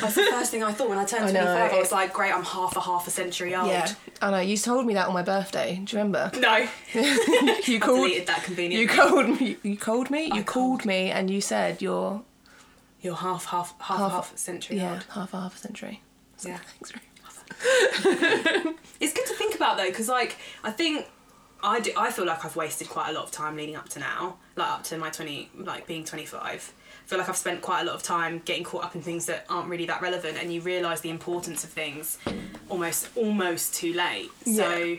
Speaker 2: That's the first thing I thought when I turned
Speaker 1: I know,
Speaker 2: 25. I, was
Speaker 1: it-
Speaker 2: like, great, I'm half a half a century old.
Speaker 1: Yeah, I know. You told me that on my birthday. Do you remember?
Speaker 2: No.
Speaker 1: you
Speaker 2: I
Speaker 1: called.
Speaker 2: deleted that conveniently.
Speaker 1: You called me. You called me. You
Speaker 2: I
Speaker 1: called, me, and you said you're
Speaker 2: You're half, half, half, half,
Speaker 1: Half-
Speaker 2: half a century
Speaker 1: yeah
Speaker 2: old.
Speaker 1: half a half a century.
Speaker 2: Yeah.
Speaker 1: Thanks, Ray.
Speaker 2: It's good to think about though, because like I think I do. I feel like I've wasted quite a lot of time leading up to now, like up to my twenty, like being twenty five. I feel like I've spent quite a lot of time getting caught up in things that aren't really that relevant, and you realise the importance of things almost almost too late. So.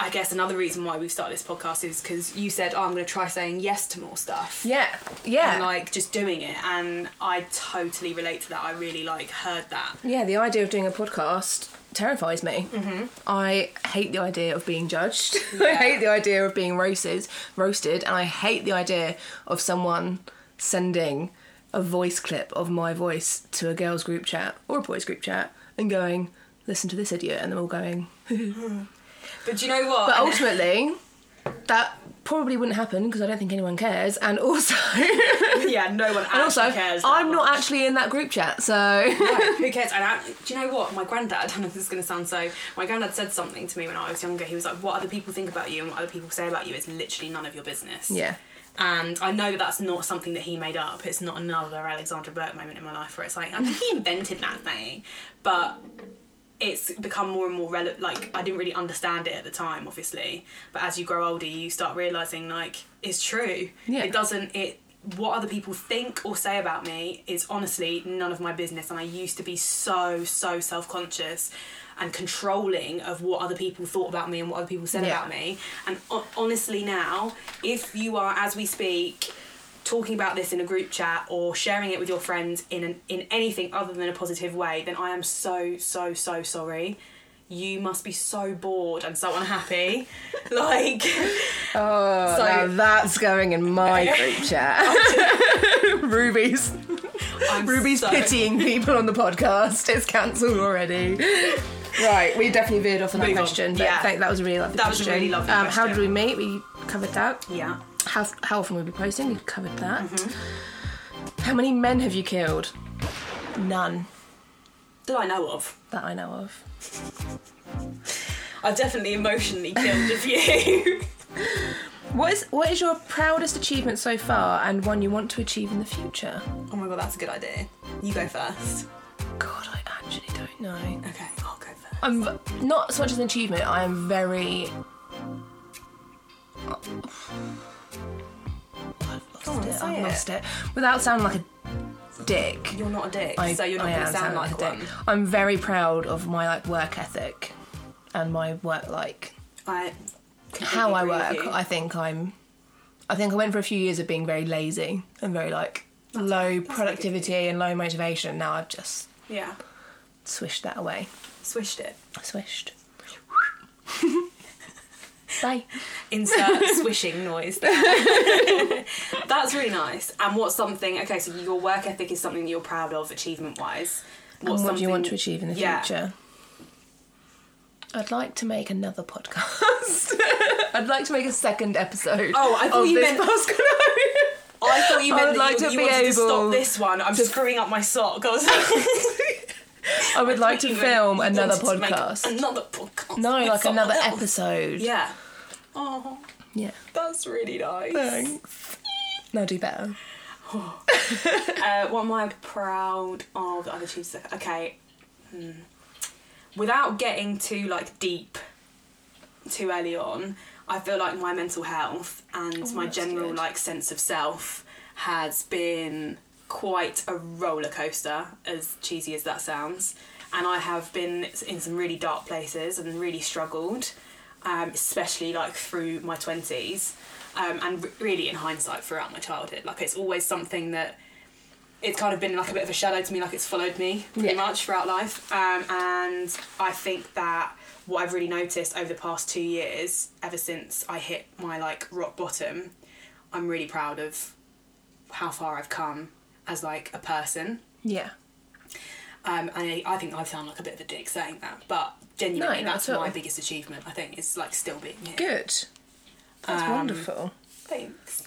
Speaker 2: I guess another reason why we've started this podcast is because you said, oh, I'm going to try saying yes to more stuff
Speaker 1: Yeah, yeah,
Speaker 2: and like just doing it. And I totally relate to that. I really like heard that.
Speaker 1: yeah. The idea of doing a podcast terrifies me. Mm-hmm. I hate the idea of being judged. I
Speaker 2: Yeah.
Speaker 1: hate the idea of being roasted, roasted, and I hate the idea of someone sending a voice clip of my voice to a girls' group chat or a boys' group chat and going, "Listen to this idiot," and they're all going,
Speaker 2: But do you know what?
Speaker 1: But
Speaker 2: And-
Speaker 1: ultimately, that probably wouldn't happen because I don't think anyone cares. And also,
Speaker 2: yeah, no one actually
Speaker 1: and also,
Speaker 2: cares. that
Speaker 1: I'm
Speaker 2: much.
Speaker 1: not actually in that group chat, so
Speaker 2: No, who cares? And I, do you know what? My granddad, I don't know if this is going to sound so. My granddad said something to me when I was younger. He was like, What other people think about you and what other people say about you is literally none of your business.
Speaker 1: yeah.
Speaker 2: And I know that that's not something that he made up. It's not another Alexandra Burke moment in my life where it's like, I think he invented that thing. But it's become more and more relevant. Like, I didn't really understand it at the time, obviously. But as you grow older, you start realizing, like, it's true.
Speaker 1: Yeah.
Speaker 2: It doesn't, it, what other people think or say about me is honestly none of my business. And I used to be so, so self conscious and controlling of what other people thought about me and what other people said
Speaker 1: Yeah.
Speaker 2: about me. And ho- honestly, now, if you are, as we speak, talking about this in a group chat or sharing it with your friends in an, in anything other than a positive way, then I am so so so sorry. You must be so bored and so unhappy. like
Speaker 1: Oh,
Speaker 2: So-
Speaker 1: now that's going in my group chat. Ruby's
Speaker 2: I'm
Speaker 1: Ruby's
Speaker 2: so-
Speaker 1: pitying people on the podcast. It's cancelled already. Right, we definitely veered off on that
Speaker 2: Move on.
Speaker 1: question. But
Speaker 2: Yeah.
Speaker 1: thank, that was a really lovely.
Speaker 2: That was a
Speaker 1: question.
Speaker 2: really lovely
Speaker 1: Um, how did
Speaker 2: question.
Speaker 1: we meet? We covered that.
Speaker 2: Yeah.
Speaker 1: How how often we be posting? We covered that. How many men have you killed? None.
Speaker 2: That I know of.
Speaker 1: that I know of.
Speaker 2: I've definitely emotionally killed a few.
Speaker 1: What is what is your proudest achievement so far, and one you want to achieve in the future?
Speaker 2: oh my god, that's a good idea. You go first.
Speaker 1: God, I actually don't know.
Speaker 2: Okay, I'll go first.
Speaker 1: I'm v- not so much as an achievement. I am very. I've
Speaker 2: Go on,
Speaker 1: lost it.
Speaker 2: say
Speaker 1: I've
Speaker 2: it.
Speaker 1: lost it. Without sounding like a dick.
Speaker 2: You're not a dick,
Speaker 1: I-
Speaker 2: so you're not
Speaker 1: I
Speaker 2: going to
Speaker 1: am
Speaker 2: sound
Speaker 1: sounding
Speaker 2: like
Speaker 1: a
Speaker 2: one.
Speaker 1: dick. I'm very proud of my like work ethic, and my work like
Speaker 2: I
Speaker 1: how
Speaker 2: completely
Speaker 1: I
Speaker 2: agree
Speaker 1: work,
Speaker 2: with you.
Speaker 1: I think I'm. I think I went for a few years of being very lazy and very like low productivity and low motivation. Now I've just
Speaker 2: yeah,
Speaker 1: swished that away.
Speaker 2: swished it.
Speaker 1: Swished. Bye.
Speaker 2: insert swishing noise. there. That's really nice. And what's something? Okay, so your work ethic is something that you're proud of, achievement wise.
Speaker 1: And what do you want to achieve in the
Speaker 2: yeah.
Speaker 1: future? I'd like to make another podcast. I'd like to make a second episode.
Speaker 2: Oh, I thought
Speaker 1: of
Speaker 2: you
Speaker 1: this
Speaker 2: meant-
Speaker 1: podcast.
Speaker 2: I thought you
Speaker 1: I
Speaker 2: meant
Speaker 1: would
Speaker 2: that
Speaker 1: like
Speaker 2: you,
Speaker 1: to
Speaker 2: you
Speaker 1: be
Speaker 2: wanted to
Speaker 1: able
Speaker 2: stop this one. I'm screwing up my sock. I was like,
Speaker 1: I would like to
Speaker 2: We
Speaker 1: film
Speaker 2: wanted
Speaker 1: another
Speaker 2: to make
Speaker 1: podcast.
Speaker 2: Another podcast.
Speaker 1: No,
Speaker 2: with
Speaker 1: like
Speaker 2: someone
Speaker 1: another
Speaker 2: else.
Speaker 1: episode.
Speaker 2: Yeah. Oh,
Speaker 1: Yeah.
Speaker 2: that's really nice.
Speaker 1: Thanks. Now do better.
Speaker 2: Uh, what am I proud of? Oh, The other two stuff. Okay. Hmm. Without getting too like deep too early on, I feel like my mental health and my
Speaker 1: Oh, that's
Speaker 2: general
Speaker 1: good.
Speaker 2: like sense of self has been quite a roller coaster, as cheesy as that sounds. And I have been in some really dark places and really struggled, um, especially like through my twenties, um, and r- really in hindsight throughout my childhood. Like it's always something that it's kind of been like a bit of a shadow to me, like it's followed me pretty
Speaker 1: Yeah.
Speaker 2: much throughout life. Um, and I think that what I've really noticed over the past two years, ever since I hit my like rock bottom, I'm really proud of how far I've come as like a person.
Speaker 1: Yeah.
Speaker 2: Um, I, I think I sound like a bit of a dick saying that, but genuinely,
Speaker 1: No, not
Speaker 2: that's
Speaker 1: at all.
Speaker 2: my biggest achievement. I think is like still being here.
Speaker 1: Good. That's
Speaker 2: Um,
Speaker 1: wonderful.
Speaker 2: Thanks.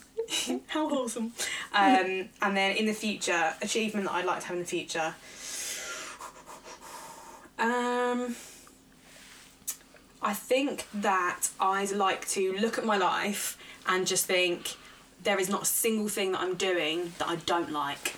Speaker 2: How wholesome. Um, and then in the future, achievement that I'd like to have in the future. Um, I think that I'd like to look at my life and just think there is not a single thing that I'm doing that I don't like.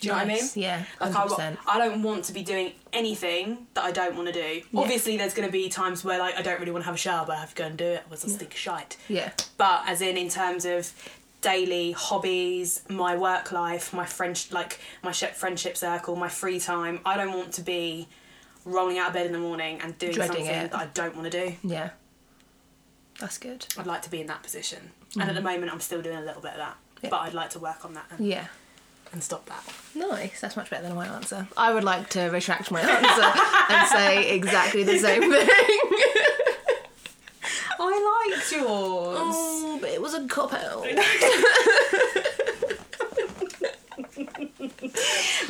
Speaker 2: Do you know what I mean?
Speaker 1: Nice. Yeah.
Speaker 2: Like
Speaker 1: Hundred
Speaker 2: I,
Speaker 1: percent.
Speaker 2: wa- I don't want to be doing anything that I don't want to do. Obviously, there's going to be times where like I don't really want to have a shower, but I have to go and do it. Otherwise, I'll stink of shite.
Speaker 1: Yeah.
Speaker 2: But as in, in terms of daily hobbies, my work life, my French like my sh- friendship circle, my free time, I don't want to be rolling out of bed in the morning and doing
Speaker 1: Dreading
Speaker 2: something
Speaker 1: it.
Speaker 2: that I don't want to do.
Speaker 1: Yeah. That's good.
Speaker 2: I'd like to be in that position. And at the moment, I'm still doing a little bit of that.
Speaker 1: Mm-hmm. Yeah.
Speaker 2: But I'd like to work on that and,
Speaker 1: Yeah.
Speaker 2: and stop that.
Speaker 1: Nice. That's much better than my answer. I would like to retract my answer and say exactly the same thing.
Speaker 2: I liked yours.
Speaker 1: Oh, but it was a cop out.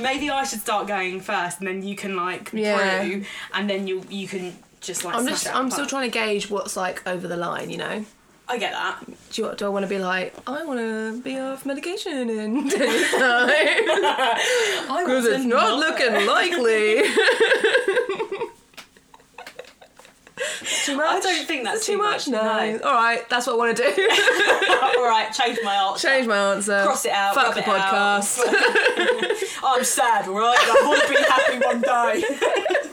Speaker 2: Maybe I should start going first, and then you can like
Speaker 1: Yeah.
Speaker 2: brew, and then you you can just like.
Speaker 1: I'm
Speaker 2: smash
Speaker 1: just.
Speaker 2: it out
Speaker 1: I'm
Speaker 2: the
Speaker 1: still
Speaker 2: park.
Speaker 1: trying to gauge what's like over the line. You know.
Speaker 2: I get that.
Speaker 1: Do, you, do I want to be like I want to be off medication in ten time
Speaker 2: I
Speaker 1: because it's not looking likely. too much.
Speaker 2: I don't think that's
Speaker 1: too, much. No.
Speaker 2: No.
Speaker 1: All right, that's what I want to do.
Speaker 2: All right, change my art.
Speaker 1: Change my answer.
Speaker 2: Cross it out.
Speaker 1: Fuck
Speaker 2: rub
Speaker 1: the
Speaker 2: it out.
Speaker 1: podcast.
Speaker 2: I'm sad, all right? I want to be happy one day.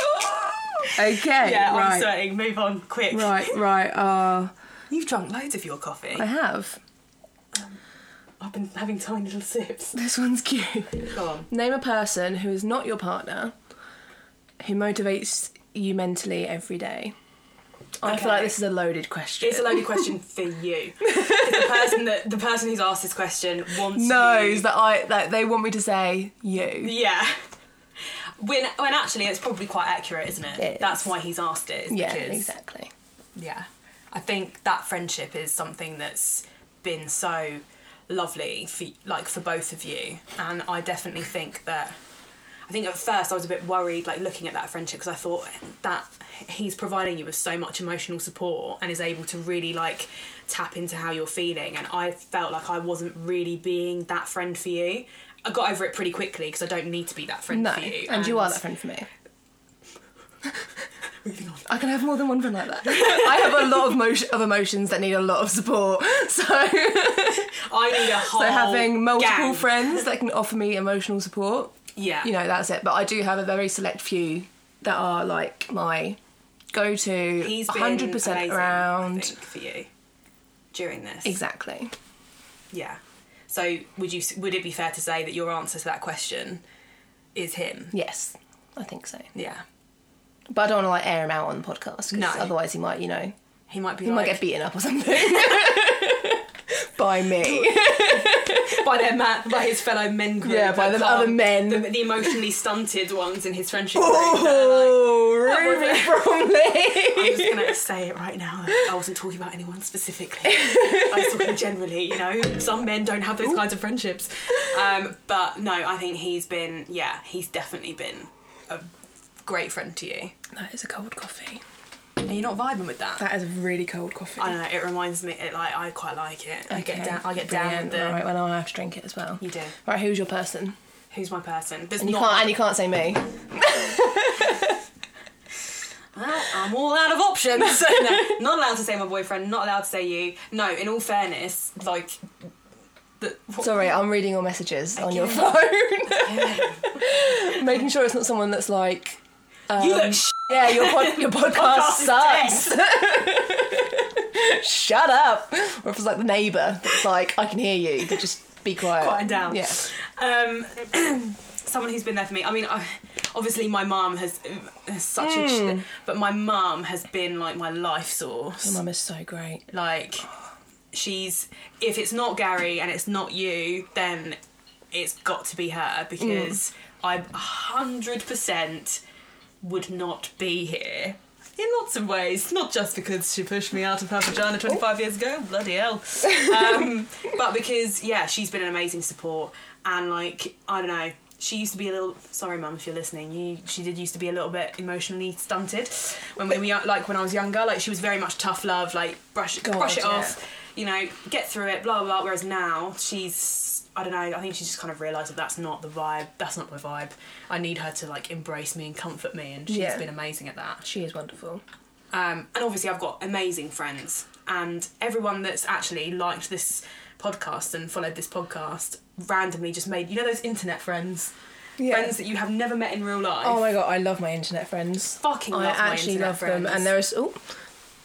Speaker 1: okay.
Speaker 2: Yeah, I'm
Speaker 1: right.
Speaker 2: sweating. Move on, quick.
Speaker 1: Right. Right. Uh,
Speaker 2: You've drunk loads of your coffee.
Speaker 1: I have.
Speaker 2: I've been having tiny little sips.
Speaker 1: This one's cute.
Speaker 2: Go on.
Speaker 1: Name a person who is not your partner who motivates you mentally every day. I feel like
Speaker 2: Okay.
Speaker 1: this is a loaded question.
Speaker 2: It's a loaded question for you. 'Cause The person that the person who's asked this question wants you-
Speaker 1: knows that I that they want me to say you.
Speaker 2: Yeah. When when actually it's probably quite accurate, isn't it?
Speaker 1: It is.
Speaker 2: That's why he's asked it. is
Speaker 1: Yeah,
Speaker 2: because-
Speaker 1: exactly.
Speaker 2: Yeah. I think that friendship is something that's been so lovely for like for both of you, and I definitely think that. I think at first I was a bit worried, like looking at that friendship, because I thought that he's providing you with so much emotional support and is able to really like tap into how you're feeling. And I felt like I wasn't really being that friend for you. I got over it pretty quickly because I don't need to be that friend
Speaker 1: No,
Speaker 2: for you.
Speaker 1: and, you are that friend for me.
Speaker 2: Moving on.
Speaker 1: I can have more than one friend like that. I have a lot of motion, of emotions that need a lot of support. So,
Speaker 2: I need a whole.
Speaker 1: so having multiple
Speaker 2: Oh, gang.
Speaker 1: friends that can offer me emotional support,
Speaker 2: Yeah.
Speaker 1: you know, that's it. But I do have a very select few that are like my go to,
Speaker 2: He's been
Speaker 1: 100%
Speaker 2: amazing, I
Speaker 1: around.
Speaker 2: think, for you during this.
Speaker 1: Exactly.
Speaker 2: Yeah. So would you would it be fair to say that your answer to that question is him?
Speaker 1: Yes, I think so.
Speaker 2: Yeah.
Speaker 1: But I don't want to like air him out on the podcast because
Speaker 2: No.
Speaker 1: otherwise he might, you know,
Speaker 2: He might be
Speaker 1: he might
Speaker 2: like
Speaker 1: get beaten up or something by me.
Speaker 2: by their ma- by his fellow men group.
Speaker 1: Yeah, by
Speaker 2: that
Speaker 1: the other
Speaker 2: can't-
Speaker 1: men.
Speaker 2: the, the emotionally stunted ones in his friendship group. that are
Speaker 1: Oh,
Speaker 2: was
Speaker 1: really from me.
Speaker 2: like, I'm just gonna say it right now. I wasn't talking about anyone specifically. I was talking generally. You know, some men don't have those kinds of friendships. Um, but no, I think he's been. Yeah, he's definitely been a great friend to you.
Speaker 1: That is a cold coffee.
Speaker 2: Are you not vibing with that?
Speaker 1: That is really cold coffee.
Speaker 2: I know it reminds me. It like I quite like it. I get down. I get down
Speaker 1: brilliant.
Speaker 2: with the.
Speaker 1: Right, well, now I have to drink it as well.
Speaker 2: You do.
Speaker 1: Right, who's your person?
Speaker 2: Who's my person? There's
Speaker 1: And you
Speaker 2: not.
Speaker 1: can't, and you can't say me.
Speaker 2: Well, I'm all out of options. No, not allowed to say my boyfriend. Not allowed to say you. No. In all fairness, like. The, what-
Speaker 1: Sorry, I'm reading your messages on your
Speaker 2: Okay.
Speaker 1: phone, making sure it's not someone that's like, um,
Speaker 2: you look. Sh-
Speaker 1: yeah, your pod- your podcast
Speaker 2: Podcast
Speaker 1: sucks. Shut up. Or if it's like the neighbour, that's like I can hear you, but just be quiet.
Speaker 2: Quiet down.
Speaker 1: Yeah.
Speaker 2: um, someone who's been there for me. I mean, I, obviously my mum has, has such a,
Speaker 1: Hmm.
Speaker 2: but my mum has been like my life source.
Speaker 1: Your mum is so great.
Speaker 2: Like, she's if it's not Gary and it's not you, then it's got to be her because I hundred percent would not be here. In lots of ways, not just because she pushed me out of her vagina 25 years ago, bloody hell. Um, but because, yeah, she's been an amazing support. And, like, I don't know, she used to be a little. Sorry, mum, if you're listening. You, she did used to be a little bit emotionally stunted when we were, like, when I was younger. Like, she was very much tough love, like, brush,
Speaker 1: God,
Speaker 2: brush it
Speaker 1: yeah.
Speaker 2: off, you know, get through it, blah, blah, blah. Whereas now, she's, I don't know, I think she's just kind of realised that that's not the vibe, that's not my vibe. I need her to, like, embrace me and comfort me, and she's
Speaker 1: Yeah.
Speaker 2: been amazing at that.
Speaker 1: She is wonderful.
Speaker 2: Um, and obviously, I've got amazing friends, and everyone that's actually liked this podcast and followed this podcast randomly just made, you know, those internet friends?
Speaker 1: Yeah.
Speaker 2: Friends that you have never met in real life.
Speaker 1: Oh my god, I love my internet friends.
Speaker 2: Fucking
Speaker 1: I
Speaker 2: love my
Speaker 1: actually
Speaker 2: internet
Speaker 1: love them,
Speaker 2: friends.
Speaker 1: and there is oh,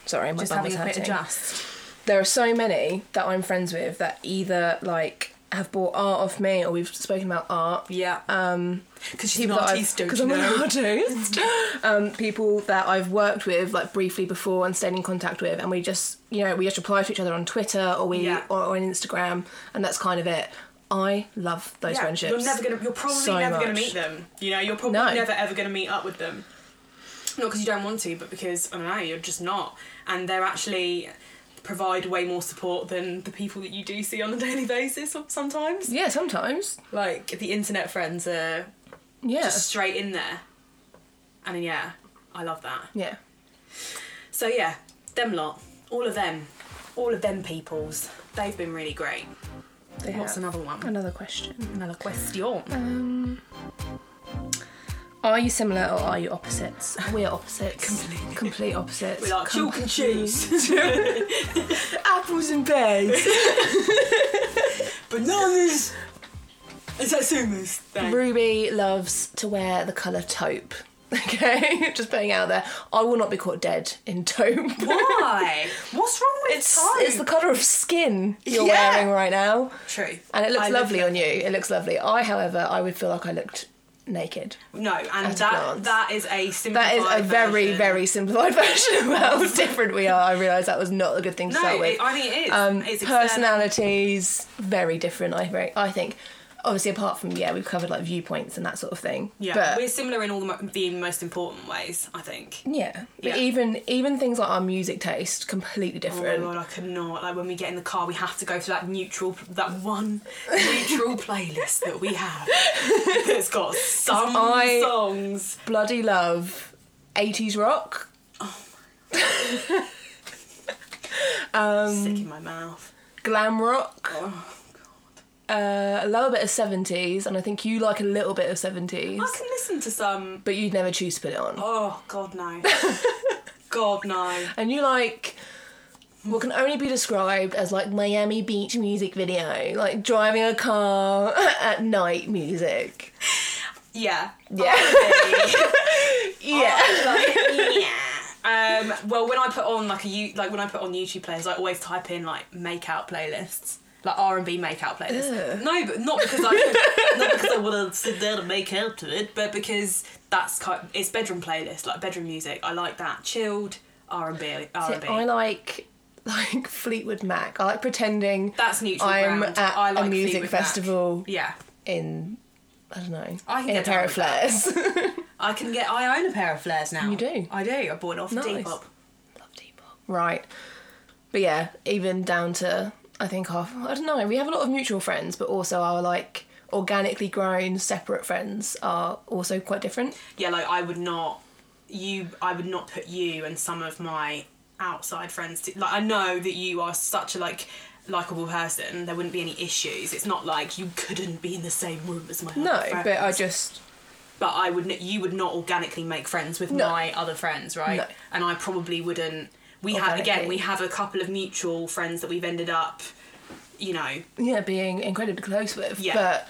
Speaker 1: sorry, my
Speaker 2: just
Speaker 1: bum
Speaker 2: having
Speaker 1: was
Speaker 2: a bit of
Speaker 1: hurting.
Speaker 2: just.
Speaker 1: There are so many that I'm friends with that either like have bought art off me or we've spoken about art.
Speaker 2: Yeah.
Speaker 1: Um,
Speaker 2: Because she's
Speaker 1: people
Speaker 2: an
Speaker 1: that I've-
Speaker 2: artiste, don't
Speaker 1: 'cause
Speaker 2: you
Speaker 1: I'm an
Speaker 2: know?
Speaker 1: artist. um, people that I've worked with like briefly before and stayed in contact with, and we just you know we just reply to each other on Twitter or we
Speaker 2: Yeah.
Speaker 1: or, or on Instagram, and that's kind of it. I love those
Speaker 2: Yeah,
Speaker 1: friendships.
Speaker 2: You're never gonna. You're probably
Speaker 1: so
Speaker 2: never gonna
Speaker 1: much.
Speaker 2: meet them. You know, you're probably
Speaker 1: No.
Speaker 2: never ever gonna meet up with them. Not because you don't want to, but because I don't know, you're just not. And they're actually provide way more support than the people that you do see on a daily basis. Sometimes,
Speaker 1: Yeah, sometimes.
Speaker 2: like the internet friends are
Speaker 1: Yeah.
Speaker 2: just straight in there. And yeah, I love that.
Speaker 1: yeah.
Speaker 2: So yeah, them lot, all of them, all of them peoples. They've been really great.
Speaker 1: They
Speaker 2: What's
Speaker 1: have.
Speaker 2: another one?
Speaker 1: Another question.
Speaker 2: Another question.
Speaker 1: Um, are you similar or are you opposites? We are opposites.
Speaker 2: Completely.
Speaker 1: Complete opposites.
Speaker 2: We like chalk and cheese,
Speaker 1: Apples and pears.
Speaker 2: bananas, and satsumas. There.
Speaker 1: Ruby loves to wear the colour taupe. Okay, just putting it out there. I will not be caught dead in taupe.
Speaker 2: Why? What's wrong with
Speaker 1: It's,
Speaker 2: taupe?
Speaker 1: it's the colour of skin you're
Speaker 2: Yeah.
Speaker 1: wearing right now.
Speaker 2: True.
Speaker 1: And it looks
Speaker 2: I look
Speaker 1: lovely on you. It looks lovely. I, however, I would feel like I looked naked.
Speaker 2: No, and
Speaker 1: a
Speaker 2: that
Speaker 1: glance.
Speaker 2: that is a
Speaker 1: That
Speaker 2: simplified.
Speaker 1: is a very,
Speaker 2: version.
Speaker 1: very simplified version of how different we are. I realise that was not a good thing to
Speaker 2: No,
Speaker 1: start with.
Speaker 2: it, I think it is.
Speaker 1: um,
Speaker 2: it's external.
Speaker 1: personalities very different. I very, I think, obviously, apart from yeah, we've covered like viewpoints and that sort of thing.
Speaker 2: Yeah,
Speaker 1: but
Speaker 2: we're similar in all the, mo- the most important ways. I think.
Speaker 1: yeah, but
Speaker 2: Yeah.
Speaker 1: even even things like our music taste completely
Speaker 2: Oh my
Speaker 1: different.
Speaker 2: god, I could not. Like when we get in the car, we have to go to that neutral, that one neutral playlist that we have that's got some
Speaker 1: I-
Speaker 2: songs.
Speaker 1: Bloody love eighties rock.
Speaker 2: Sick in my mouth.
Speaker 1: Glam rock,
Speaker 2: Oh,
Speaker 1: uh, a little bit of seventies, and I think you like a little bit of seventies,
Speaker 2: I can listen to some.
Speaker 1: but you'd never choose to put it on.
Speaker 2: Oh God no. God no.
Speaker 1: and you like what can only be described as like Miami Beach music video, like driving a car at night music.
Speaker 2: Yeah.
Speaker 1: Yeah. Yeah.
Speaker 2: yeah. Um, well, when I put on like a you like when I put on YouTube players, I always type in like makeout playlists, like R and B makeout playlists.
Speaker 1: Ugh.
Speaker 2: No, but not because I not because I want to sit down and make out to it, but because that's kind it's bedroom playlist, like bedroom music. I like that chilled R and B R and
Speaker 1: See, I
Speaker 2: B.
Speaker 1: like like Fleetwood Mac. I like pretending
Speaker 2: That's neutral
Speaker 1: I'm
Speaker 2: ground.
Speaker 1: at
Speaker 2: I like
Speaker 1: a music
Speaker 2: Fleetwood Mac.
Speaker 1: festival
Speaker 2: Yeah,
Speaker 1: in I don't know
Speaker 2: I can
Speaker 1: in a
Speaker 2: get down
Speaker 1: pair of
Speaker 2: with that.
Speaker 1: flares.
Speaker 2: I can get. I own a pair of flares now.
Speaker 1: You do?
Speaker 2: I do. I bought it off
Speaker 1: Nice.
Speaker 2: Depop.
Speaker 1: Love Depop. Right. But yeah, even down to I think our I don't know, we have a lot of mutual friends, but also our like organically grown separate friends are also quite different.
Speaker 2: Yeah, like I would not. you I would not put you and some of my outside friends to, like I know that you are such a like likable person there wouldn't be any issues it's not like you couldn't be in the same room as my other
Speaker 1: No,
Speaker 2: friends.
Speaker 1: but I just
Speaker 2: but I would n- you would not organically make friends with
Speaker 1: No.
Speaker 2: my other friends right
Speaker 1: No.
Speaker 2: and I probably wouldn't we have again
Speaker 1: Organically.
Speaker 2: we have a couple of mutual friends that we've ended up you know
Speaker 1: yeah being incredibly close with.
Speaker 2: Yeah.
Speaker 1: But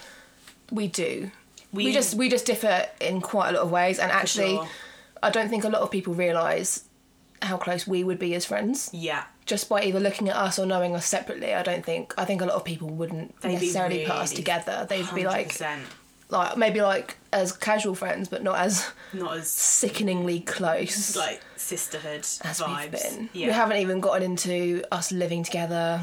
Speaker 1: we do. We, just we just differ in quite a lot of ways, and actually,
Speaker 2: sure.
Speaker 1: I don't think a lot of people realise how close we would be as friends
Speaker 2: yeah
Speaker 1: just by either looking at us or knowing us separately. I don't think I think a lot of people wouldn't
Speaker 2: They'd be
Speaker 1: necessarily put us
Speaker 2: really-
Speaker 1: together. They'd be like
Speaker 2: 100%.
Speaker 1: like maybe like as casual friends, but not as
Speaker 2: not as
Speaker 1: sickeningly close
Speaker 2: like sisterhood
Speaker 1: as
Speaker 2: vibes
Speaker 1: we've been.
Speaker 2: yeah
Speaker 1: We haven't even gotten into us living together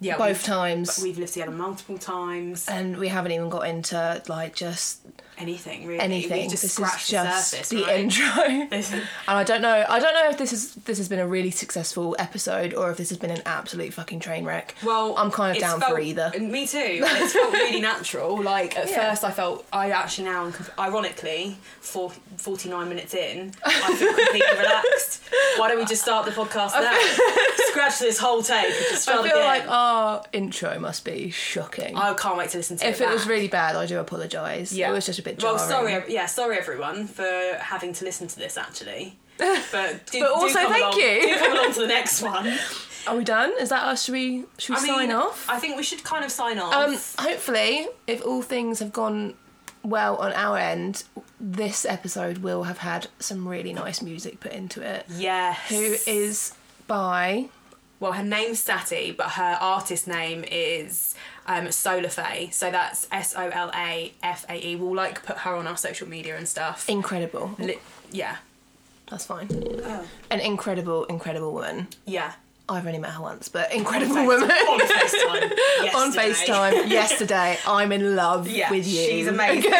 Speaker 2: yeah
Speaker 1: both
Speaker 2: we've,
Speaker 1: times.
Speaker 2: we've lived together multiple times
Speaker 1: and we haven't even got into like just
Speaker 2: anything really.
Speaker 1: anything.
Speaker 2: We've just
Speaker 1: this
Speaker 2: scratched
Speaker 1: is just
Speaker 2: the surface.
Speaker 1: the
Speaker 2: right?
Speaker 1: intro.
Speaker 2: This-
Speaker 1: And I don't know. I don't know if this is this has been a really successful episode or if this has been an absolute fucking train wreck.
Speaker 2: well,
Speaker 1: I'm kind of
Speaker 2: it's
Speaker 1: down for
Speaker 2: felt-
Speaker 1: either.
Speaker 2: and Me too. and It's felt really natural. Like at
Speaker 1: Yeah.
Speaker 2: first, I felt I actually now, am com- ironically, for 49 minutes in, I feel completely relaxed. Why don't we just start the podcast now? Scratch this whole tape. and Just
Speaker 1: I
Speaker 2: start
Speaker 1: feel
Speaker 2: again.
Speaker 1: like our intro must be shocking.
Speaker 2: I can't wait to listen to
Speaker 1: if it was
Speaker 2: back.
Speaker 1: really bad, I do apologise. It was just a bit. Jarring.
Speaker 2: Well, sorry, ev- yeah, sorry everyone for having to listen to this actually. But, do,
Speaker 1: But
Speaker 2: do
Speaker 1: also
Speaker 2: come
Speaker 1: thank
Speaker 2: along-
Speaker 1: you.
Speaker 2: Do come along to the next one.
Speaker 1: Are we done? Is that us? Should we? Should we
Speaker 2: I mean,
Speaker 1: sign off?
Speaker 2: I think we should kind of sign off.
Speaker 1: Um, hopefully, if all things have gone well on our end, this episode will have had some really nice music put into it.
Speaker 2: yes.
Speaker 1: Who is by?
Speaker 2: Well, her name's Sati, but her artist name is um, Solafae. So that's S O L A F A E. We'll like put her on our social media and stuff.
Speaker 1: Incredible.
Speaker 2: Li- yeah.
Speaker 1: That's fine.
Speaker 2: Oh.
Speaker 1: An incredible, incredible woman.
Speaker 2: Yeah.
Speaker 1: I've only met her once, but incredible woman.
Speaker 2: On FaceTime.
Speaker 1: On
Speaker 2: yesterday.
Speaker 1: FaceTime yesterday, I'm in love
Speaker 2: Yeah,
Speaker 1: with you.
Speaker 2: she's amazing.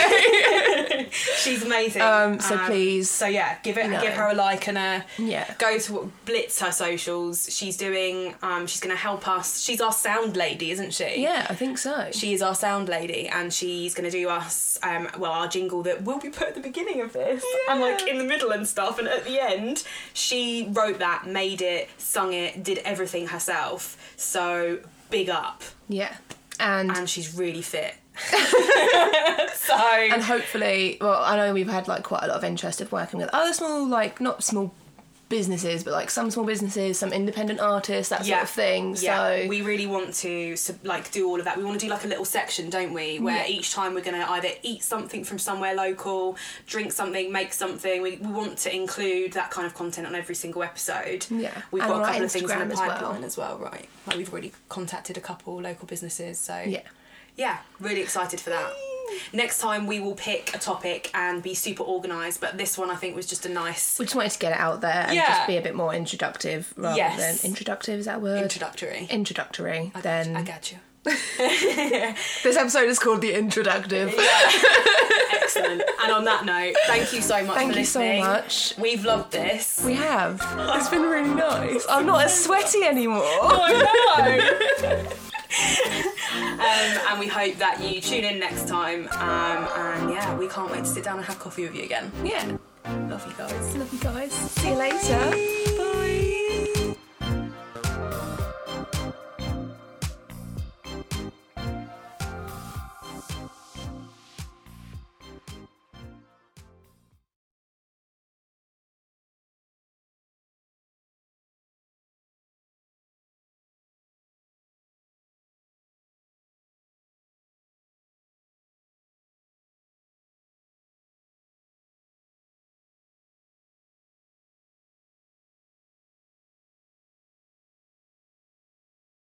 Speaker 2: She's amazing.
Speaker 1: Um, so please-
Speaker 2: So yeah, give it,
Speaker 1: No.
Speaker 2: give her a like and a
Speaker 1: Yeah.
Speaker 2: Go to blitz her socials. She's doing. Um, she's going to help us. She's our sound lady, isn't she?
Speaker 1: Yeah, I think so.
Speaker 2: She is our sound lady, and she's going to do us, um, well, our jingle that will be put at the beginning of this, and like in the middle and stuff, and at the end. She wrote that, made it, sung it, did everything herself. So big up,
Speaker 1: yeah. And
Speaker 2: and she's really fit. so
Speaker 1: and hopefully well i know we've had like quite a lot of interest of working with other small like not small businesses but like some small businesses some independent artists that sort of thing so
Speaker 2: we really want to sub- like do all of that. We want to do like a little section, don't we? Where
Speaker 1: Yeah.
Speaker 2: each time we're going to either eat something from somewhere local, drink something, make something. We, we want to include that kind of content on every single episode.
Speaker 1: Yeah.
Speaker 2: we've
Speaker 1: And
Speaker 2: got
Speaker 1: on
Speaker 2: a
Speaker 1: our
Speaker 2: couple of things in
Speaker 1: Instagram
Speaker 2: the
Speaker 1: as well.
Speaker 2: pipeline as well, right? Like we've already contacted a couple local businesses, so
Speaker 1: Yeah.
Speaker 2: yeah, really excited for that. Next time we will pick a topic and be super organised, but this one I think was just a nice
Speaker 1: we just wanted to get it out there and
Speaker 2: Yeah.
Speaker 1: just be a bit more introductive rather
Speaker 2: Yes.
Speaker 1: than introductive is that a word
Speaker 2: introductory.
Speaker 1: introductory
Speaker 2: I got you-
Speaker 1: then
Speaker 2: I got you.
Speaker 1: this episode is called the introductive
Speaker 2: Excellent. And on that note, thank you so much
Speaker 1: Thank
Speaker 2: for
Speaker 1: you so
Speaker 2: listening.
Speaker 1: much.
Speaker 2: We've loved this.
Speaker 1: we have it's been really nice i'm not as sweaty anymore
Speaker 2: I know. um, and we hope that you tune in next time. Um, and yeah, we can't wait to sit down and have coffee with you again.
Speaker 1: yeah
Speaker 2: Love you guys.
Speaker 1: love you guys see you later bye